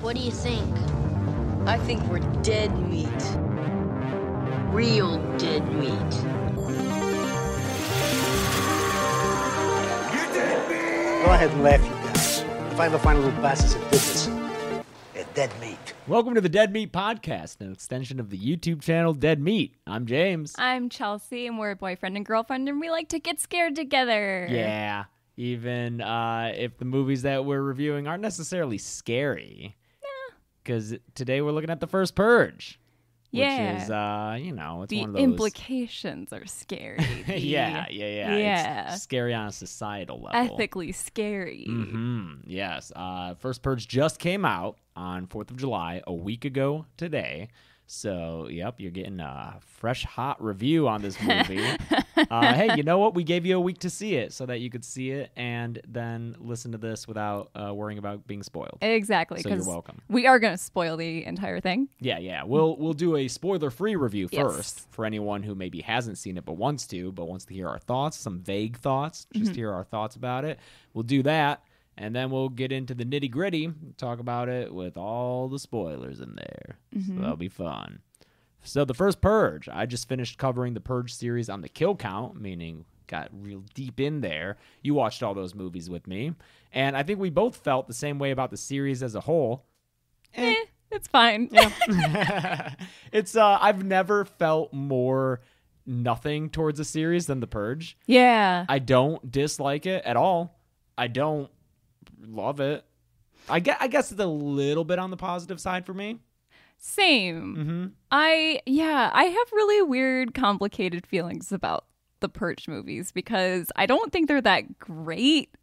What do you think? I think we're dead meat. Real dead meat. Go ahead and laugh, you guys. If I ever find a little bastard that did this, they're dead meat. Welcome to the Dead Meat Podcast, an extension of the YouTube channel Dead Meat. I'm James. I'm Chelsea, and we're a boyfriend and girlfriend, and we like to get scared together. Yeah, even uh, if the movies that we're reviewing aren't necessarily scary. Because today we're looking at The First Purge. Yeah. Which is, uh, you know, it's the one of those. implications are scary. The yeah, yeah, yeah. Yeah. It's scary on a societal level. Ethically scary. hmm Yes. Uh, First Purge just came out on 4th of July, a week ago today. So, yep, you're getting a fresh, hot review on this movie. uh, hey, you know what? We gave you a week to see it so that you could see it and then listen to this without uh, worrying about being spoiled. Exactly. So you're 'cause welcome. We are going to spoil the entire thing. Yeah, yeah. We'll we'll do a spoiler-free review Yes. first for anyone who maybe hasn't seen it but wants to, but wants to hear our thoughts, some vague thoughts, just hear our thoughts about it. We'll do that, and then we'll get into the nitty-gritty, talk about it with all the spoilers in there. So that'll be fun. So the first purge, I just finished covering the purge series on the kill count, meaning got real deep in there. You watched all those movies with me, and I think we both felt the same way about the series as a whole. Eh. Eh, it's fine. it's uh I've never felt more nothing towards a series than The Purge. yeah. I don't dislike it at all. I don't love it. I guess, I guess it's a little bit on the positive side for me. Same. Mm-hmm. I yeah, I have really weird, complicated feelings about the Purge movies because I don't think they're that great,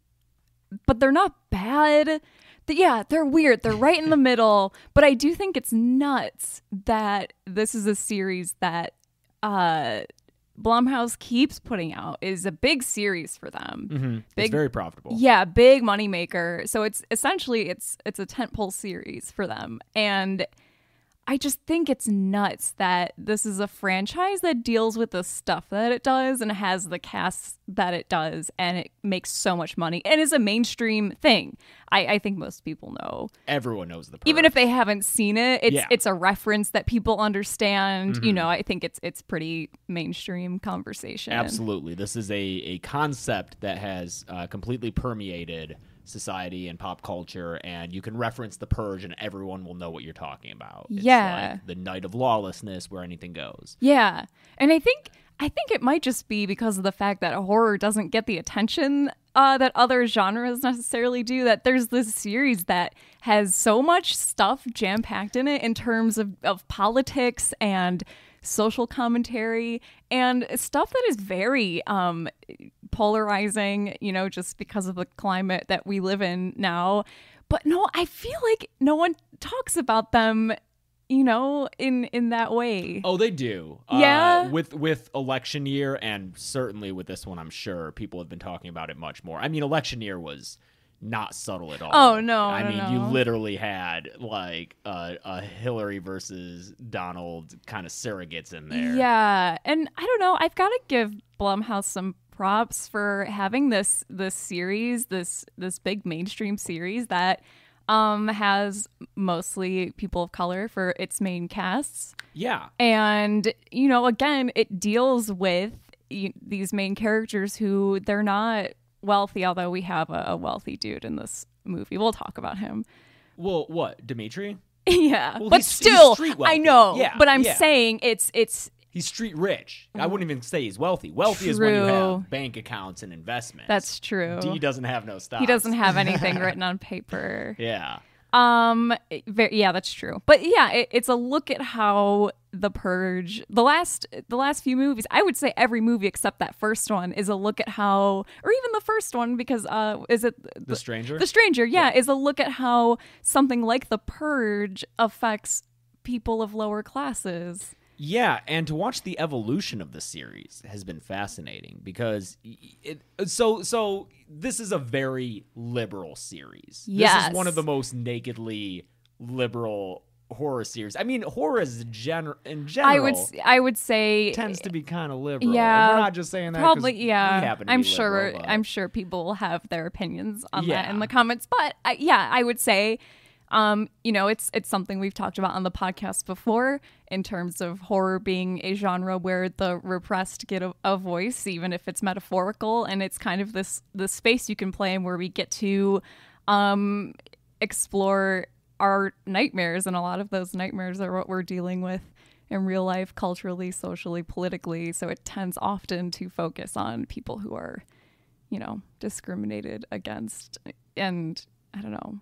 but they're not bad. Th- Yeah, they're weird. They're right in the middle, but I do think it's nuts that this is a series that uh Blumhouse keeps putting out is a big series for them. It's Big- very profitable. Yeah, big moneymaker. So it's essentially it's it's a tentpole series for them. And I just think it's nuts that this is a franchise that deals with the stuff that it does and has the cast that it does and it makes so much money and is a mainstream thing. I, I think most people know. Everyone knows The Purge. Even if they haven't seen it, it's Yeah. Mm-hmm. it's a reference that people understand. You know, I think it's it's pretty mainstream conversation. Absolutely. This is a, a concept that has uh, completely permeated society and pop culture, and you can reference the purge, and everyone will know what you're talking about. It's Yeah. like the night of lawlessness where anything goes. Yeah. And I think I think it might just be because of the fact that horror doesn't get the attention uh, that other genres necessarily do. That there's this series that has so much stuff jam packed in it in terms of, of politics and social commentary and stuff that is very um, polarizing, you know, just because of the climate that we live in now. But no, I feel like no one talks about them, you know, in in that way. Oh, they do. Yeah? Uh, with with election year, and certainly with this one, I'm sure people have been talking about it much more. I mean, election year was not subtle at all. Oh, no, I no, mean, you no. literally had like a, a Hillary versus Donald kind of surrogates in there. Yeah, and I don't know. I've got to give Blumhouse some props for having this this series, this this big mainstream series that um has mostly people of color for its main casts. Yeah. And you know, again, it deals with y- these main characters who they're not wealthy, although we have a, a wealthy dude in this movie. We'll talk about him. Well, what Dimitri? yeah, Well, but he's- he's still, street I wealthy. know. Yeah, but I'm yeah. saying it's it's He's street rich. I wouldn't even say he's wealthy. Wealthy is when you Mm. True. have bank accounts and investments. that's true. D doesn't have no stock. He doesn't have anything written on paper. Yeah. Um, it- ver- yeah, that's true. But yeah, it, it's a look at how the purge, the last, the last few movies. I would say every movie except that first one is a look at how, or even the first one because uh, is it The stranger. the stranger? Yeah, is a look at how something like the purge affects people of lower classes. Yeah, and to watch the evolution of the series has been fascinating because y- it, uh, so so this is a very liberal series. This is Yes. one of the most nakedly liberal horror series. I mean, horror is gener- in general I would, s- I would say tends to be kind of liberal. Yeah, and we're not just saying that 'cause probably we yeah happen to i'm be sure liberal, but- i'm sure people will have their opinions on Yeah. that in the comments but I, yeah i would say Um, you know, it's it's something we've talked about on the podcast before in terms of horror being a genre where the repressed get a, a voice, even if it's metaphorical, and it's kind of this the space you can play in where we get to um, explore our nightmares, and a lot of those nightmares are what we're dealing with in real life, culturally, socially, politically. So it tends often to focus on people who are, you know, discriminated against, and I don't know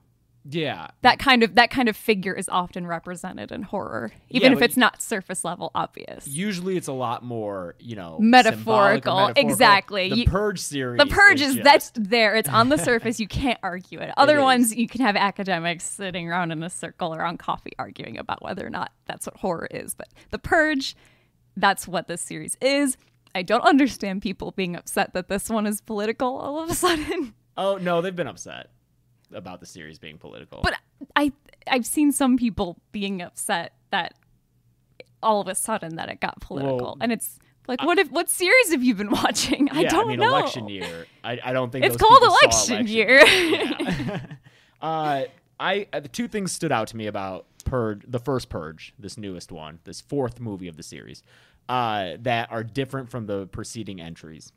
Yeah. that kind of that kind of figure is often represented in horror, even Yeah, if but it's not surface level obvious. Usually it's a lot more, you know, Metaphorical. symbolic or metaphorical. Exactly. The You- Purge series. the purge is just- that's there; it's on the surface. You can't argue it. Other is. ones, you can have academics sitting around in a circle around coffee arguing about whether or not that's what horror is. But the purge, that's what this series is. I don't understand people being upset that this one is political all of a sudden. Oh no, they've been upset about the series being political. but I I've seen some people being upset that all of a sudden that it got political, Well, and it's like, what if what series have you been watching? I yeah, don't I mean, know. election year. I, I don't think It's those called people saw election, year. Uh, I uh, the two things stood out to me about Purge, the first Purge, this newest one, this fourth movie of the series, uh, that are different from the preceding entries.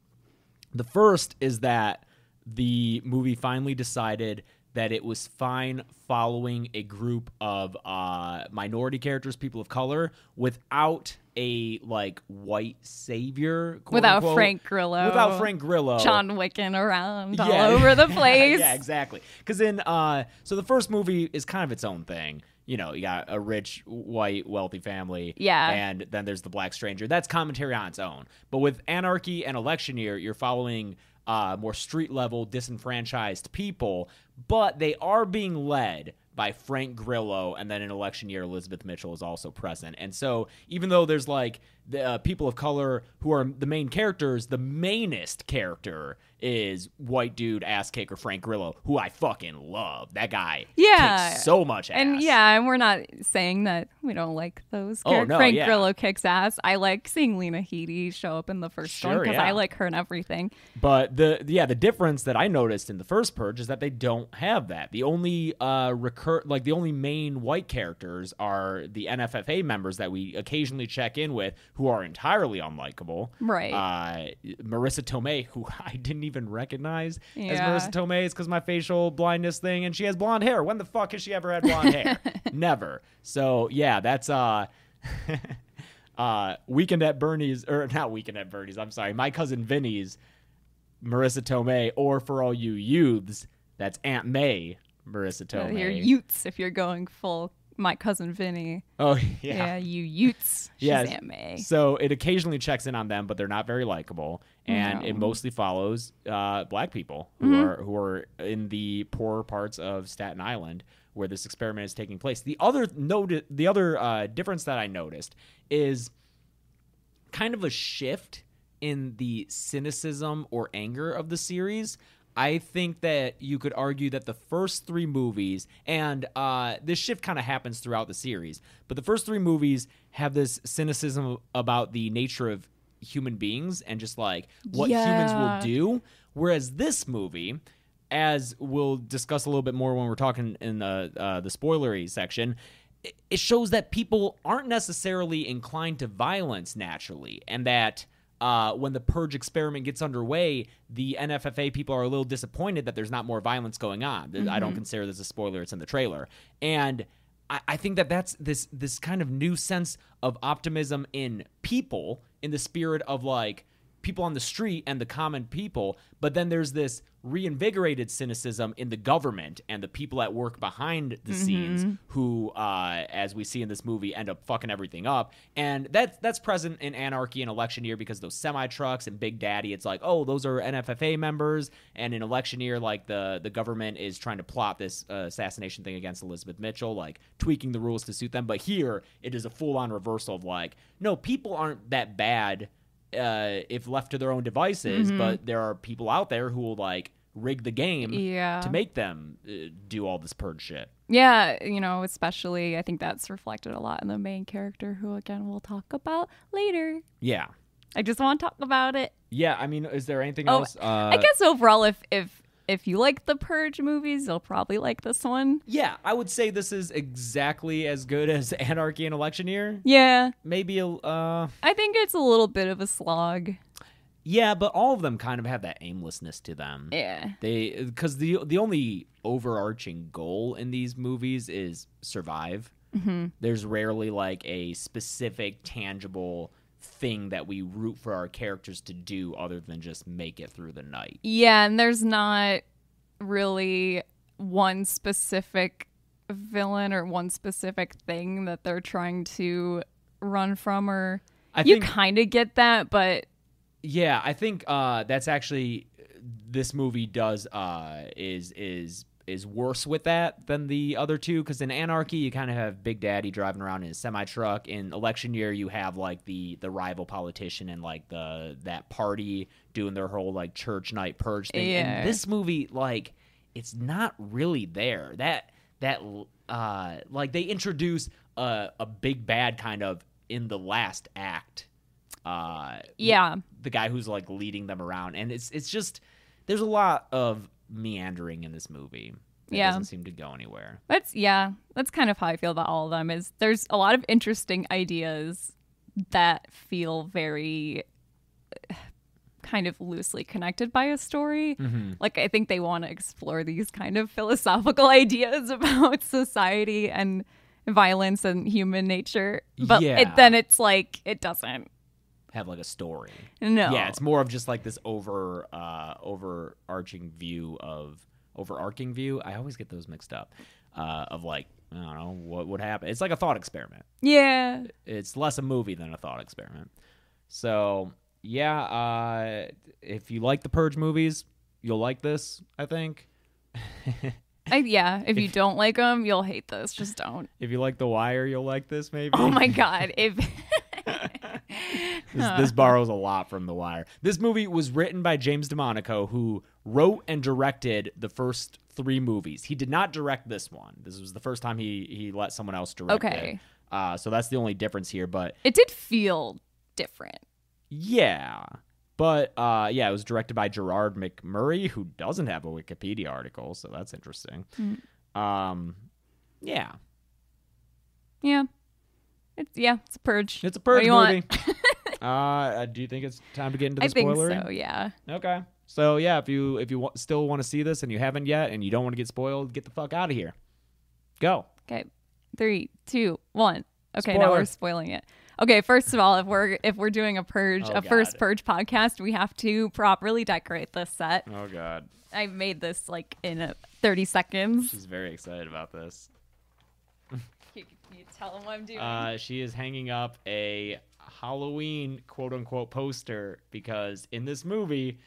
The first is that the movie finally decided that it was fine following a group of uh, minority characters, people of color, without a like white savior, quote Without unquote. Frank Grillo. without Frank Grillo, John Wicken around Oh. Yeah. all over the place. yeah, exactly. Because in uh, so the first movie is kind of its own thing. You know, you got a rich, white, wealthy family. Yeah. And then there's the black stranger. That's commentary on its own. But with Anarchy and Election Year, you're following uh, more street level, disenfranchised people, but they are being led by Frank Grillo. And then in Election Year, Elizabeth Mitchell is also present. And so even though there's like the uh, people of color who are the main characters, the mainest character is white dude ass kicker Frank Grillo, who I fucking love. That guy Yeah. kicks so much ass. And yeah, and we're not saying that we don't like those. Oh, characters. no, Frank yeah. Grillo kicks ass. I like seeing Lena Headey show up in the first one Sure, because yeah. I like her and everything. But the yeah, the difference that I noticed in the first purge is that they don't have that. The only uh recur like the only main white characters are the NFFA members that we occasionally check in with who are entirely unlikable. Right. Uh Marissa Tomei, who I didn't even recognize as Yeah. Marissa Tomei is cuz my facial blindness thing and she has blonde hair. When the fuck has she ever had blonde hair? Never. So, yeah, that's uh Uh, weekend at Bernie's, or not weekend at Bernie's. I'm sorry, my cousin Vinny's Marissa Tomei, or for all you youths, that's Aunt May, Marissa Uh, Tomei. Your Utes, if you're going full, my cousin Vinny. oh yeah, Yeah, you Utes. eh? She's Yes. Aunt May. So it occasionally checks in on them, but they're not very likable, and No. it mostly follows uh, black people who are who are in the poorer parts of Staten Island where this experiment is taking place. The other noted, the other uh, difference that I noticed is kind of a shift in the cynicism or anger of the series. I think that you could argue that the first three movies, and uh, this shift kind of happens throughout the series, but the first three movies have this cynicism about the nature of human beings and just like what humans will Yeah. do do. Whereas this movie, as we'll discuss a little bit more when we're talking in the uh, the spoilery section, i- it shows that people aren't necessarily inclined to violence naturally, and that. Uh, when the purge experiment gets underway, the NFFA people are a little disappointed that there's not more violence going on. Th- I don't consider this a spoiler; it's in the trailer. And I, I think that that's this this kind of new sense of optimism in people, in the spirit of like people on the street and the common people, but then there's this reinvigorated cynicism in the government and the people at work behind the scenes who, uh, as we see in this movie, end up fucking everything up. And that's that's present in anarchy and election year because those semi trucks and Big Daddy, it's like, oh, those are NFFA members. And in election year, like the the government is trying to plot this uh, assassination thing against Elizabeth Mitchell, like tweaking the rules to suit them. But here, it is a full on reversal of like, no, people aren't that bad uh, if left to their own devices, Mm-hmm. but there are people out there who will like rig the game Yeah. to make them uh, do all this purge shit. Yeah, you know, especially I think that's reflected a lot in the main character, who again we'll talk about later. Yeah. I just want to talk about it. Yeah, I mean, is there anything Oh, else? Uh, I guess overall, if if if you like the Purge movies, you'll probably like this one. Yeah, I would say this is exactly as good as Anarchy and Election Year. Yeah, Maybe, a- uh, I think it's a little bit of a slog. yeah, but all of them kind of have that aimlessness to them. Yeah. They because the the only overarching goal in these movies is survive. Mm-hmm. There's rarely like a specific tangible thing that we root for our characters to do other than just make it through the night. Yeah, and there's not really one specific villain or one specific thing that they're trying to run from or I you think- kind of get that, but Yeah, I think uh, that's actually this movie does uh, is is is worse with that than the other two because in Anarchy you kind of have Big Daddy driving around in his semi truck. In Election Year you have like the the rival politician and like the that party doing their whole like church night purge thing. Yeah. And this movie like it's not really there. That that uh, like they introduce a, a big bad kind of in the last act. Uh, yeah. the guy who's like leading them around and it's it's just there's a lot of meandering in this movie that Yeah. doesn't seem to go anywhere That's yeah, that's kind of how I feel about all of them is there's a lot of interesting ideas that feel very eh, kind of loosely connected by a story. Mm. Like I think they want to explore these kind of philosophical ideas about society and violence and human nature. But Yeah. it, then it's like it doesn't. have like a story No. yeah it's more of just like this over uh overarching view of overarching view i always get those mixed up uh of like i don't know what would happen it's like a thought experiment yeah. it's less a movie than a thought experiment so yeah uh if you like the purge movies you'll like this i think I, yeah, if you don't like them, you'll hate this. Just don't. if you like the wire you'll like this maybe Oh my god. If This, this borrows a lot from The Wire. This movie was written by James DeMonico, who wrote and directed the first three movies. He did not direct this one. This was the first time he he let someone else direct it. Okay. Uh, so that's the only difference here. But it did feel different. yeah, but uh, yeah, it was directed by Gerard McMurray, who doesn't have a Wikipedia article, so that's interesting. Mm. Um, yeah, Yeah. It's yeah, it's a purge. it's a What purge do you movie. want? uh, do you think it's time to get into the I think spoiler? so, yeah. Okay. So yeah, if you if you wa- still want to see this and you haven't yet and you don't want to get spoiled, get the fuck out of here. Go. Okay. Three, two, one. Okay, now Spoiler. we're spoiling it. Okay, first of all, if we're if we're doing a purge, Oh, a first God. purge podcast, we have to properly decorate this set. Oh god, I made this like in uh 30 seconds. she's very excited about this. Can you, tell them what I'm doing? Uh, she is hanging up a Halloween quote unquote poster because in this movie,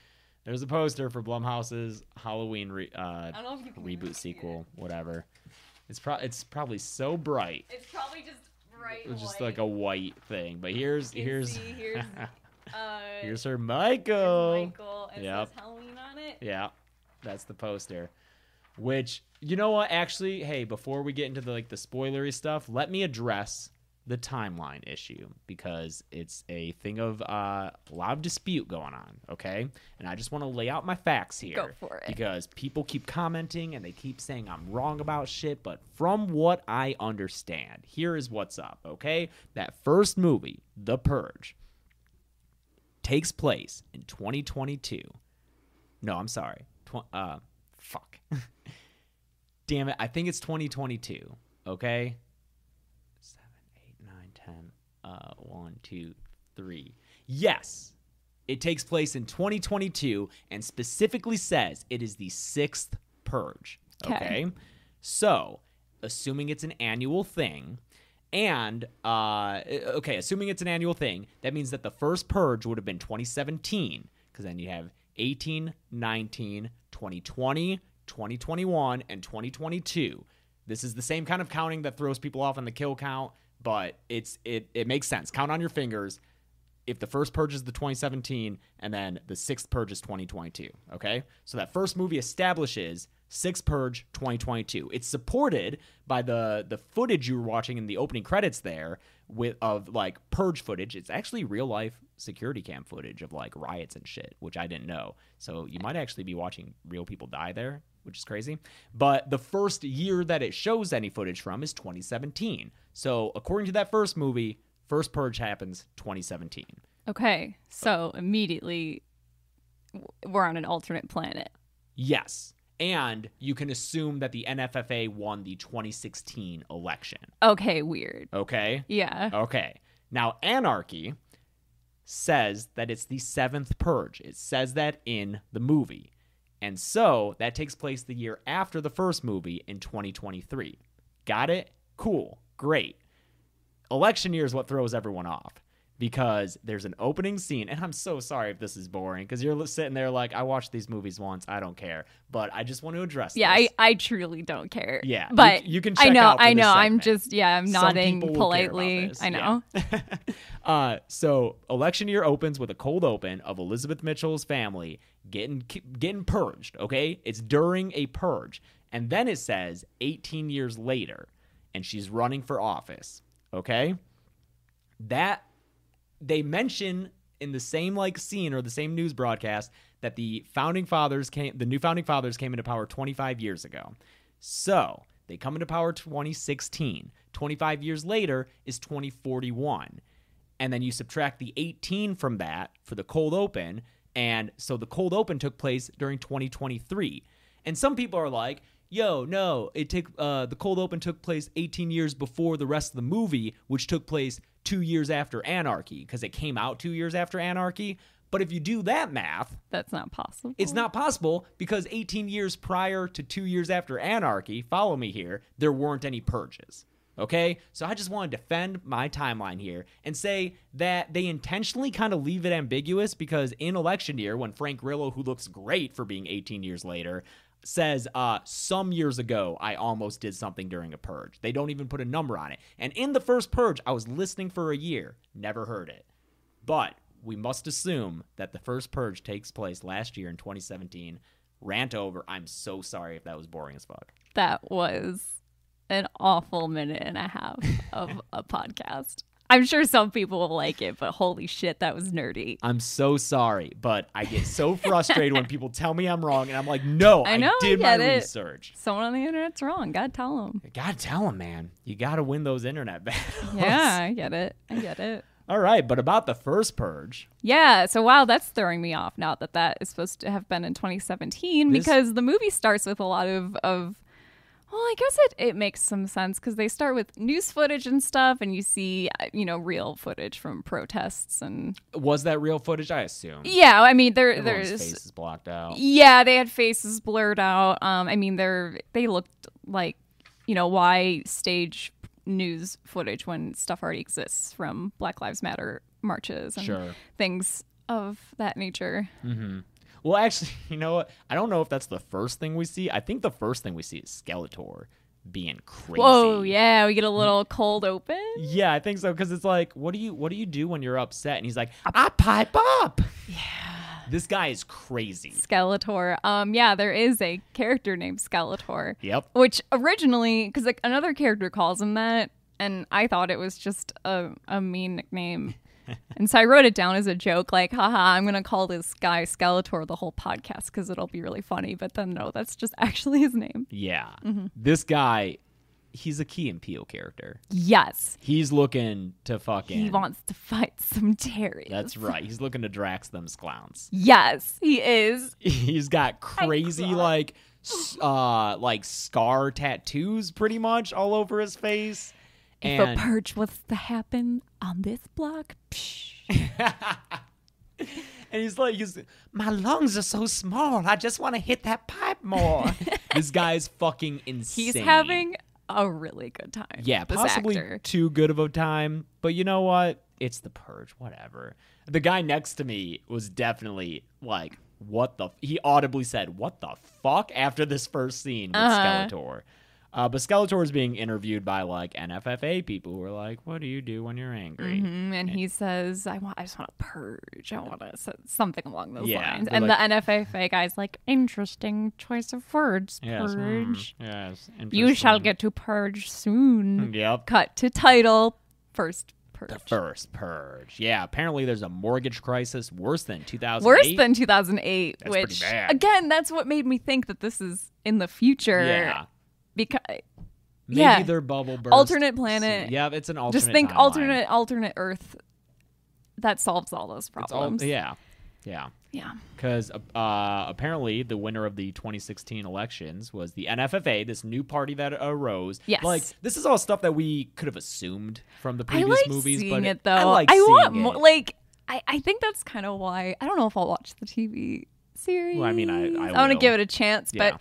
there's a poster for Blumhouse's Halloween re- uh, don't know if you can even see reboot sequel, whatever. It's pro- it's probably so bright. it's probably just right. It's just like a white thing. But here's here's here's uh here's her Michael. and it Yep. says Halloween on it. Yeah, that's the poster. Which you know what? Actually, hey, before we get into the like the spoilery stuff, let me address the timeline issue because it's a thing of uh, a lot of dispute going on. Okay, and I just want to lay out my facts here for it. because people keep commenting and they keep saying I'm wrong about shit. But from what I understand, here is what's up. Okay, that first movie, The Purge, takes place in 2022. No, I'm sorry. Tw- uh, fuck. Damn it. I think it's 2022. Okay. 7, 8, 9, 10. Uh, 1, 2, 3. Yes. It takes place in 2022 and specifically says it is the sixth purge. Okay. 'Kay. So, assuming it's an annual thing, and uh, okay, assuming it's an annual thing, that means that the first purge would have been 2017, because then you have 18, 19, 2020, 2021, and 2022. This is the same kind of counting that throws people off on the kill count, but it's it it makes sense. Count on your fingers if the first purge is the 2017 and then the sixth purge is 2022 okay so that first movie establishes sixth purge 2022 it's supported by the the footage you were watching in the opening credits there with of like purge footage it's actually real life security cam footage of like riots and shit which i didn't know so you might actually be watching real people die there which is crazy. But the first year that it shows any footage from is 2017. So according to that first movie, first purge happens 2017. Okay, so immediately w- we're on an alternate planet. Yes. And you can assume that the NFFA won the 2016 election. Okay, weird. Okay? Yeah. Okay. Now, Anarchy says that it's the seventh purge. It says that in the movie. And so that takes place the year after the first movie in 2023. Got it? Cool. Great. Election year is what throws everyone off because there's an opening scene. And I'm so sorry if this is boring because you're sitting there like, I watched these movies once. I don't care. But I just want to address Yeah, this. I, I truly don't care. Yeah, you- but you can I check know, out for I this know. I'm segment. just yeah, I'm Some nodding people will care about politely. this. I know. Yeah. uh, so election year opens with a cold open of Elizabeth Mitchell's family getting getting purged. Okay, it's during a purge, and then it says 18 years later, and she's running for office. Okay, that they mention in the same like scene or the same news broadcast that the founding fathers came the new founding fathers came into power 25 years ago so they come into power 2016 25 years later is 2041 and then you subtract the 18 from that for the cold open and so the cold open took place during 2023 and some people are like yo no it took uh, the cold open took place 18 years before the rest of the movie which took place two years after anarchy because it came out two years after anarchy but if you do that math That's not possible. it's not possible because 18 years prior to two years after anarchy, follow me here, there weren't any purges. Okay? So I just want to defend my timeline here and say that they intentionally kind of leave it ambiguous because in election year, when Frank Grillo, who looks great for being 18 years later, says uh some years ago I almost did something during a purge. They don't even put a number on it. And in the first purge, I was listening for a year, never heard it. But we must assume that the first purge takes place last year in 2017. Rant over. I'm so sorry if that was boring as fuck. that was an awful minute and a half of a podcast. I'm sure some people will like it, but holy shit, that was nerdy. I'm so sorry, but I get so frustrated when people tell me I'm wrong, and I'm like, no, I, I know, I did my get it. research. Someone on the internet's wrong. God, tell them. God, tell them, man. You got to win those internet battles. Yeah, I get it. I get it. All right, but about the first purge, Yeah, so wow, that's throwing me off now that that is supposed to have been in 2017 This- because the movie starts with a lot of of well, I guess it, it makes some sense because they start with news footage and stuff, and you see, uh, you know, real footage from protests and was that real footage? I assume. yeah. I mean, there Everyone's E, there's E face is blocked out. yeah, they had faces blurred out. Um, I mean, they're they looked like you know why stage news footage when stuff already exists from Black Lives Matter marches and Sure. things of that nature. Well, actually, you know what? I don't know if that's the first thing we see. I think the first thing we see is Skeletor being crazy. Whoa, yeah, we get a little cold open. Yeah, I think so because it's like, what do you what do you do when you're upset? And he's like, I pipe up. Yeah, this guy is crazy. Skeletor. Um, yeah, there is a character named Skeletor. Yep. Which originally, because like another character calls him that, and I thought it was just a, a mean nickname. and so I wrote it down as a joke, like, haha, I'm going to call this guy Skeletor the whole podcast because it'll be really funny. But then, no, that's just actually his name. Yeah, Mm-hmm. this guy, he's a Key and Peele character. Yes. He's looking to fucking. He wants to fight some terrorists. That's right. He's looking to Drax them's clowns. Yes, he is. he's got crazy like s- uh like scar tattoos pretty much all over his face. if And a purge was to happen on this block, psh, And he's like, he's, my lungs are so small. I just want to hit that pipe more. this guy's fucking insane. He's having a really good time. yeah, this possibly actor. too good of a time. But you know what? It's the purge. Whatever. The guy next to me was definitely like, Uh-huh. what the? He audibly said, "What the fuck?" After this first scene with Skeletor. Uh, but Skeletor is being interviewed by like NFFA people who are like, "What do you do when you're angry?" Mm, and he says, "I want, I just want to purge. I want to something along those Yeah, lines." they're And like- the NFFA guy's like, "Interesting choice of words, Yes, mm, purge. yes, you shall interesting. get to purge soon." Yep. Cut to title, first purge. The first purge. Yeah, apparently there's a mortgage crisis worse than 2008. Worse than 2008, That's pretty which bad. again, that's what made me think that this is in the future. Yeah. Because Maybe yeah. their bubble burst. Alternate planet. Yeah, it's an alternate just think timeline. alternate alternate Earth. That solves all those It's all- problems. yeah. Yeah. Yeah. Because uh, apparently the winner of the 2016 elections was the NFFA, this new party that arose. Yes. Like, this is all stuff that we could have assumed from the previous I like movies. seeing but it though. I like seeing want it. more. Like I, I think that's kind of why I don't know if I'll watch the TV series. I mean, I- I want to will. give it a chance, Yeah. but I-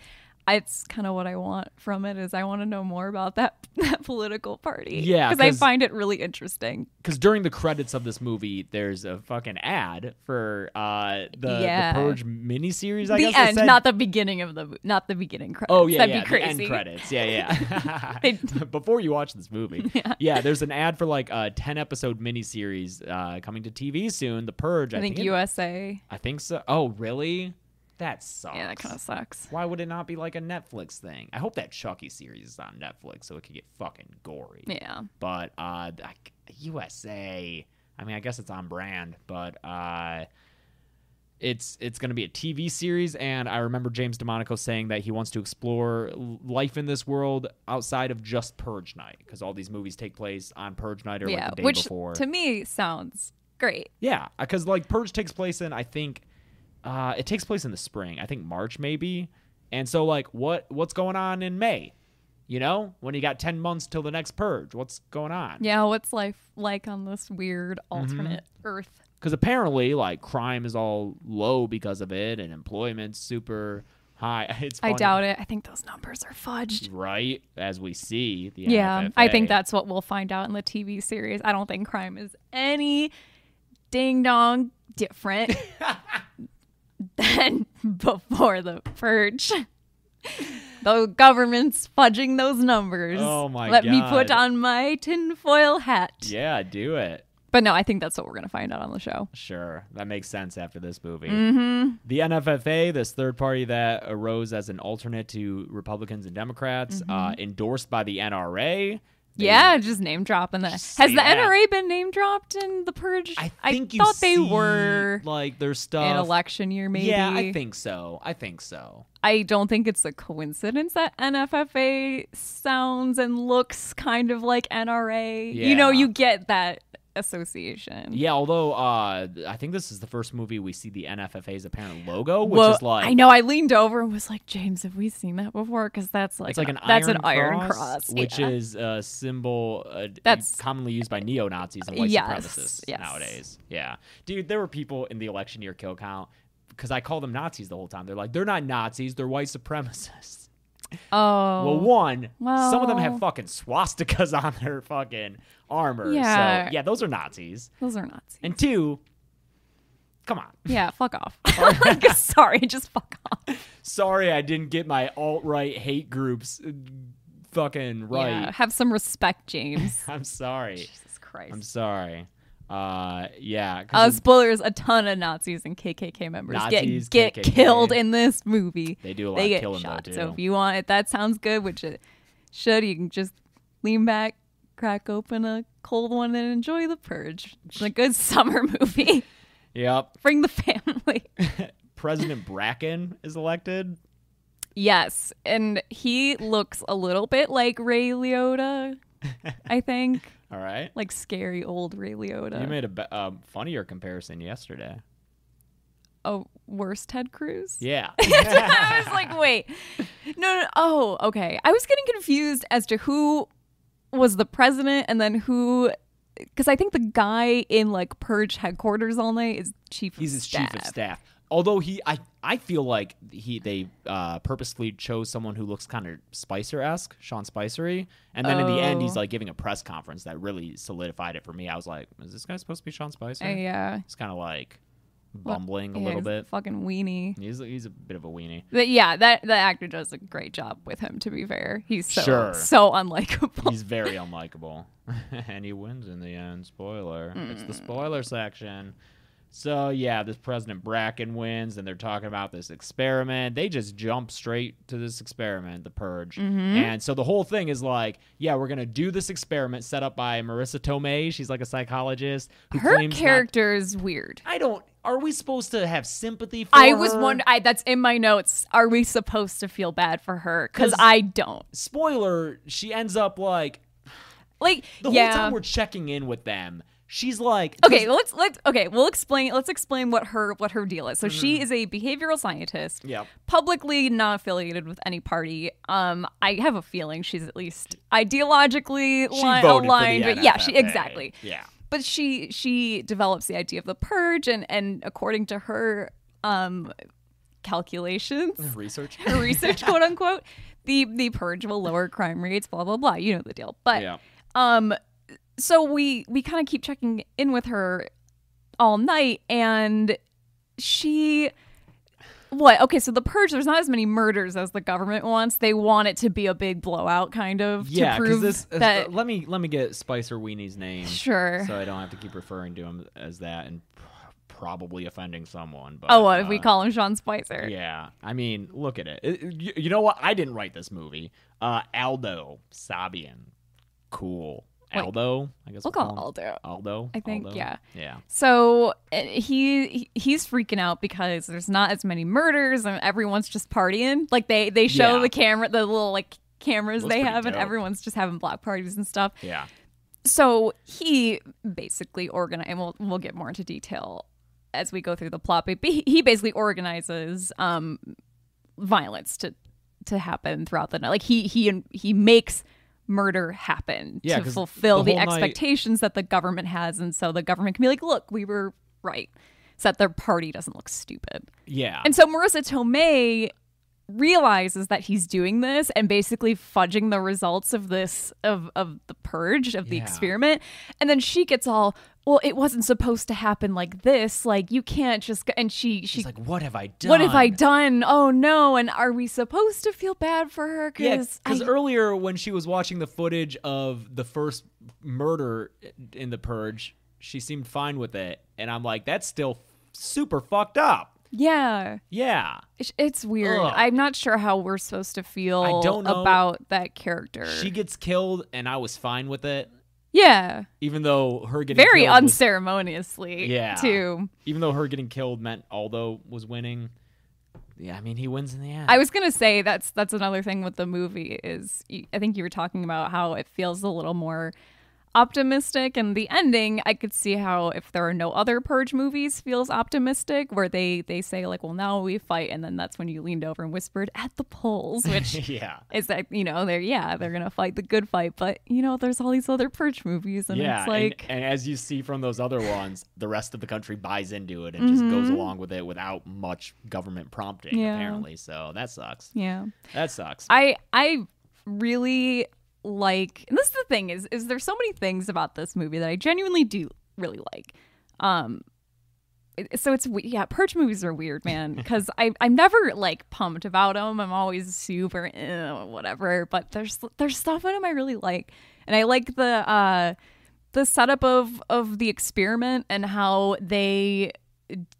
it's kind of what I want from it is I want to know more about that that political party. Yeah, because I 'cause- find it really interesting. because during the credits of this movie, there's a fucking ad for uh, the, Yeah. the Purge miniseries. I the guess they end, said. not the beginning of the mo- not the beginning credits. Oh yeah, that'd yeah, be crazy. The end credits. Yeah, yeah. They- Before you watch this movie, yeah. there's an ad for like a ten episode miniseries uh, coming to TV soon, The Purge. I, I think it- USA. I think so. Oh really? That sucks. Yeah, that kind of sucks. Why would it not be like a Netflix thing? I hope that Chucky series is on Netflix so it could get fucking gory. Yeah. But uh, I- USA. I mean, I guess it's on brand, but uh, it's it's going to be a TV series, and I remember James DeMonico saying that he wants to explore l- life in this world outside of just Purge Night, because all these movies take place on Purge Night or yeah, like the day which before. to me sounds great. Yeah, because like Purge takes place in I think uh, it takes place in the spring. I think March maybe. And so like what what's going on in May? You know, when you got ten months till the next purge, what's going on? Yeah, what's life like on this weird Mm-hmm. alternate Earth? Because apparently, like crime is all low because of it, and employment's super high. It's I funny, doubt it. I think those numbers are fudged. right? As we see, the Yeah, I think NFFA. that's what we'll find out in the TV series. I don't think crime is any ding dong different than before the purge. The government's fudging those numbers. Oh my Let me put God. on my tinfoil hat. Yeah, do it. But no, I think that's what we're gonna find out on the show. Sure, that makes sense after this movie. Mm-hmm. The NFFA, this third party that arose as an alternate to Republicans and Democrats, uh, endorsed by the NRA. They- Mm-hmm. yeah, just name dropping that. Just Has say the that. NRA been name dropped in the purge? I think you thought they see, were like their stuff. in election year, maybe. Yeah, I think so. I think so. I don't think it's a coincidence that NFFA sounds and looks kind of like NRA. You know, Yeah. you get that association. Yeah, although uh, I think this is the first movie we see the NFFA's apparent logo, which Well, is like I know I leaned over and was like, James, have we seen that before? Because that's like, It's like an that's iron an iron cross, which yeah. is a symbol uh, That's- commonly used by neo Nazis and white Yes, supremacists yes. nowadays. Yeah, dude, there were people in the election year kill count because I call them Nazis the whole time. They're like, they're not Nazis, they're white supremacists. oh Well, one, some of them Well- have fucking swastikas on their fucking armor. Yeah. so, yeah, those are Nazis. those are Nazis. And two, come on. yeah, fuck off. like, sorry, just fuck off. Sorry, I didn't get my alt right hate groups uh, fucking right. Yeah, have some respect, James. I'm sorry. Jesus Christ. I'm sorry. Uh, yeah. 'cause Uh, spoilers: a ton of Nazis and KKK members Nazis, get get KKK. killed in this movie. They do a lot They of get killing, though, shot. too. So if you want, if that sounds good, which it should, you can just lean back, crack open a cold one, and enjoy the purge. It's a good summer movie. yep. Bring the family. President Bracken is elected. Yes, and he looks a little bit like Ray Liotta. I think All right. like scary old Ray You Liotta. made a be- um, funnier comparison yesterday. oh, worse Ted Cruz. Yeah. I was like, wait, no, no, oh, okay. I was getting confused as to who was the president and then who, because I think the guy in like Purge headquarters all night is chief. Of He's his staff. chief of staff. Although he, I, I feel like he they uh, purposely chose someone who looks kind of Spicer esque, Sean Spicery, and then in the end he's Oh. like giving a press conference that really solidified it for me. I was like, is this guy supposed to be Sean Spicer? Uh, yeah, It's kind of like, bumbling a Yeah, little he's bit. Fucking weenie. He's he's a bit of a weenie. But yeah, that the actor does a great job with him. To be fair, he's so Sure. so unlikable. He's very unlikable. and he wins in the end. Spoiler. It's the spoiler section. So, yeah, this President Bracken wins, and they're talking about this experiment. They just jump straight to this experiment, the Purge. Mm-hmm. And so the whole thing is like, yeah, we're going to do this experiment set up by Marissa Tomei. She's like a psychologist. Who Her claims not- character is weird. I don't. Are we supposed to have sympathy for I was her? wondering. I, that's in my notes. Are we supposed to feel bad for her? Because 'Cause- I don't. Spoiler, she ends up like. Like The yeah. whole time we're checking in with them, she's like. Okay, let's let's okay, we'll explain let's explain what her what her deal is. So she is a behavioral scientist. Mm-hmm. Yep. Publicly not affiliated with any party. Um I have a feeling she's at least ideologically She li- voted aligned. for the but yeah, she NFFA. exactly. Yeah. But she she develops the idea of the purge and and according to her um calculations Research. her research, quote unquote, the the purge will lower crime rates, blah blah blah. You know the deal. But Yeah. um, so we we kind of keep checking in with her all night, and she. What? Okay, so the purge. There's not as many murders as the government wants. They want it to be a big blowout, kind of, Yeah, to because prove this. uh, that. let me let me get Spicer Weenie's name, sure. so I don't have to keep referring to him as that and pr- probably offending someone. But oh, what if we uh, call him Sean Spicer? Yeah, I mean, look at it. It- it- you, you know what? I didn't write this movie. Uh, Aldo Sabian, cool. Wait. Aldo, I guess We'll we'll call him Aldo. Aldo. I think, Aldo? yeah. Yeah. So uh, he he- he's freaking out because there's not as many murders and everyone's just partying. Like they they show Yeah. the camera the little like cameras Looks they pretty have and dope. everyone's just having block parties and stuff. Yeah. So he basically organize and we'll we'll get more into detail as we go through the plot. But he he basically organizes um violence to to happen throughout the night. Like he he he makes murder happen Yeah, to 'cause fulfill the the, whole night- expectations that the government has, and so the government can be like, "Look, we were right." So that their party doesn't look stupid. Yeah. And so Marissa Tomei realizes that he's doing this and basically fudging the results of this of of the purge of the Yeah. experiment and then she gets all well it wasn't supposed to happen like this like you can't just go-" and she she She's like, what have I done? what have I done? Oh no! And are we supposed to feel bad for her? Yeah, Because because earlier when she was watching the footage of the first murder in the purge, she seemed fine with it, and I'm like, that's still super fucked up. yeah, Yeah, it's, it's weird. Ugh. I'm not sure how we're supposed to feel I don't know. about that character. she gets killed, and I was fine with it, yeah, even though her getting very killed was- unceremoniously. Yeah. too. even though her getting killed meant Aldo was winning. Yeah, I mean he wins in the end. I was gonna say that's that's another thing with the movie is y- I think you were talking about how it feels a little more optimistic and the ending I could see how if there are no other purge movies feels optimistic where they they say like well now we fight and then that's when you leaned over and whispered at the polls which yeah. is that you know they're yeah they're gonna fight the good fight but you know there's all these other purge movies and yeah, it's and- like and, as you see from those other ones, the rest of the country buys into it and just goes along with it without much government prompting. Mm-hmm. Yeah. Apparently, so that sucks. yeah That sucks. I I really like and this is the thing is is there's so many things about this movie that I genuinely do really like. Um it- so it's we- yeah, purge movies are weird, man, cuz I I'm never like pumped about them. I'm always super eh, whatever, but there's there's stuff in them I really like. And I like the uh the setup of of the experiment and how they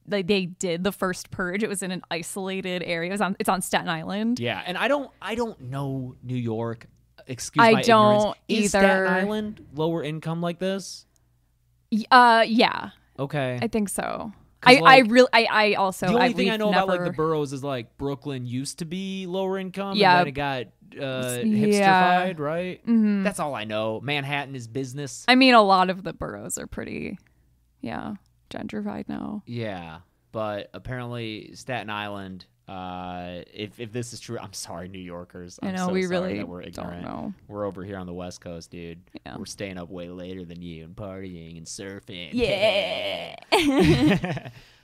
like they did the first purge. It was in an isolated area. It was on it's on Staten Island. yeah, and I don't, I don't know New York. Excuse I my ignorance. don't Is Staten either. Island lower income like this? Y- Uh, yeah, Okay. I think so. 'Cause, I, I like, really, I, I also the only I, thing I we've know about like the never- boroughs is like Brooklyn used to be lower income. Yeah. and then it got uh, Yeah. Mm-hmm. hipsterfied, right? That's all I know. Manhattan is business. I mean, a lot of the boroughs are pretty, yeah, gentrified now. Yeah, but apparently Staten Island. Uh, if if this is true, I'm sorry, New Yorkers. I I'm know, so we sorry really that we're don't ignorant. know. We're over here on the West Coast, dude. Yeah. We're staying up way later than you and partying and surfing. Yeah.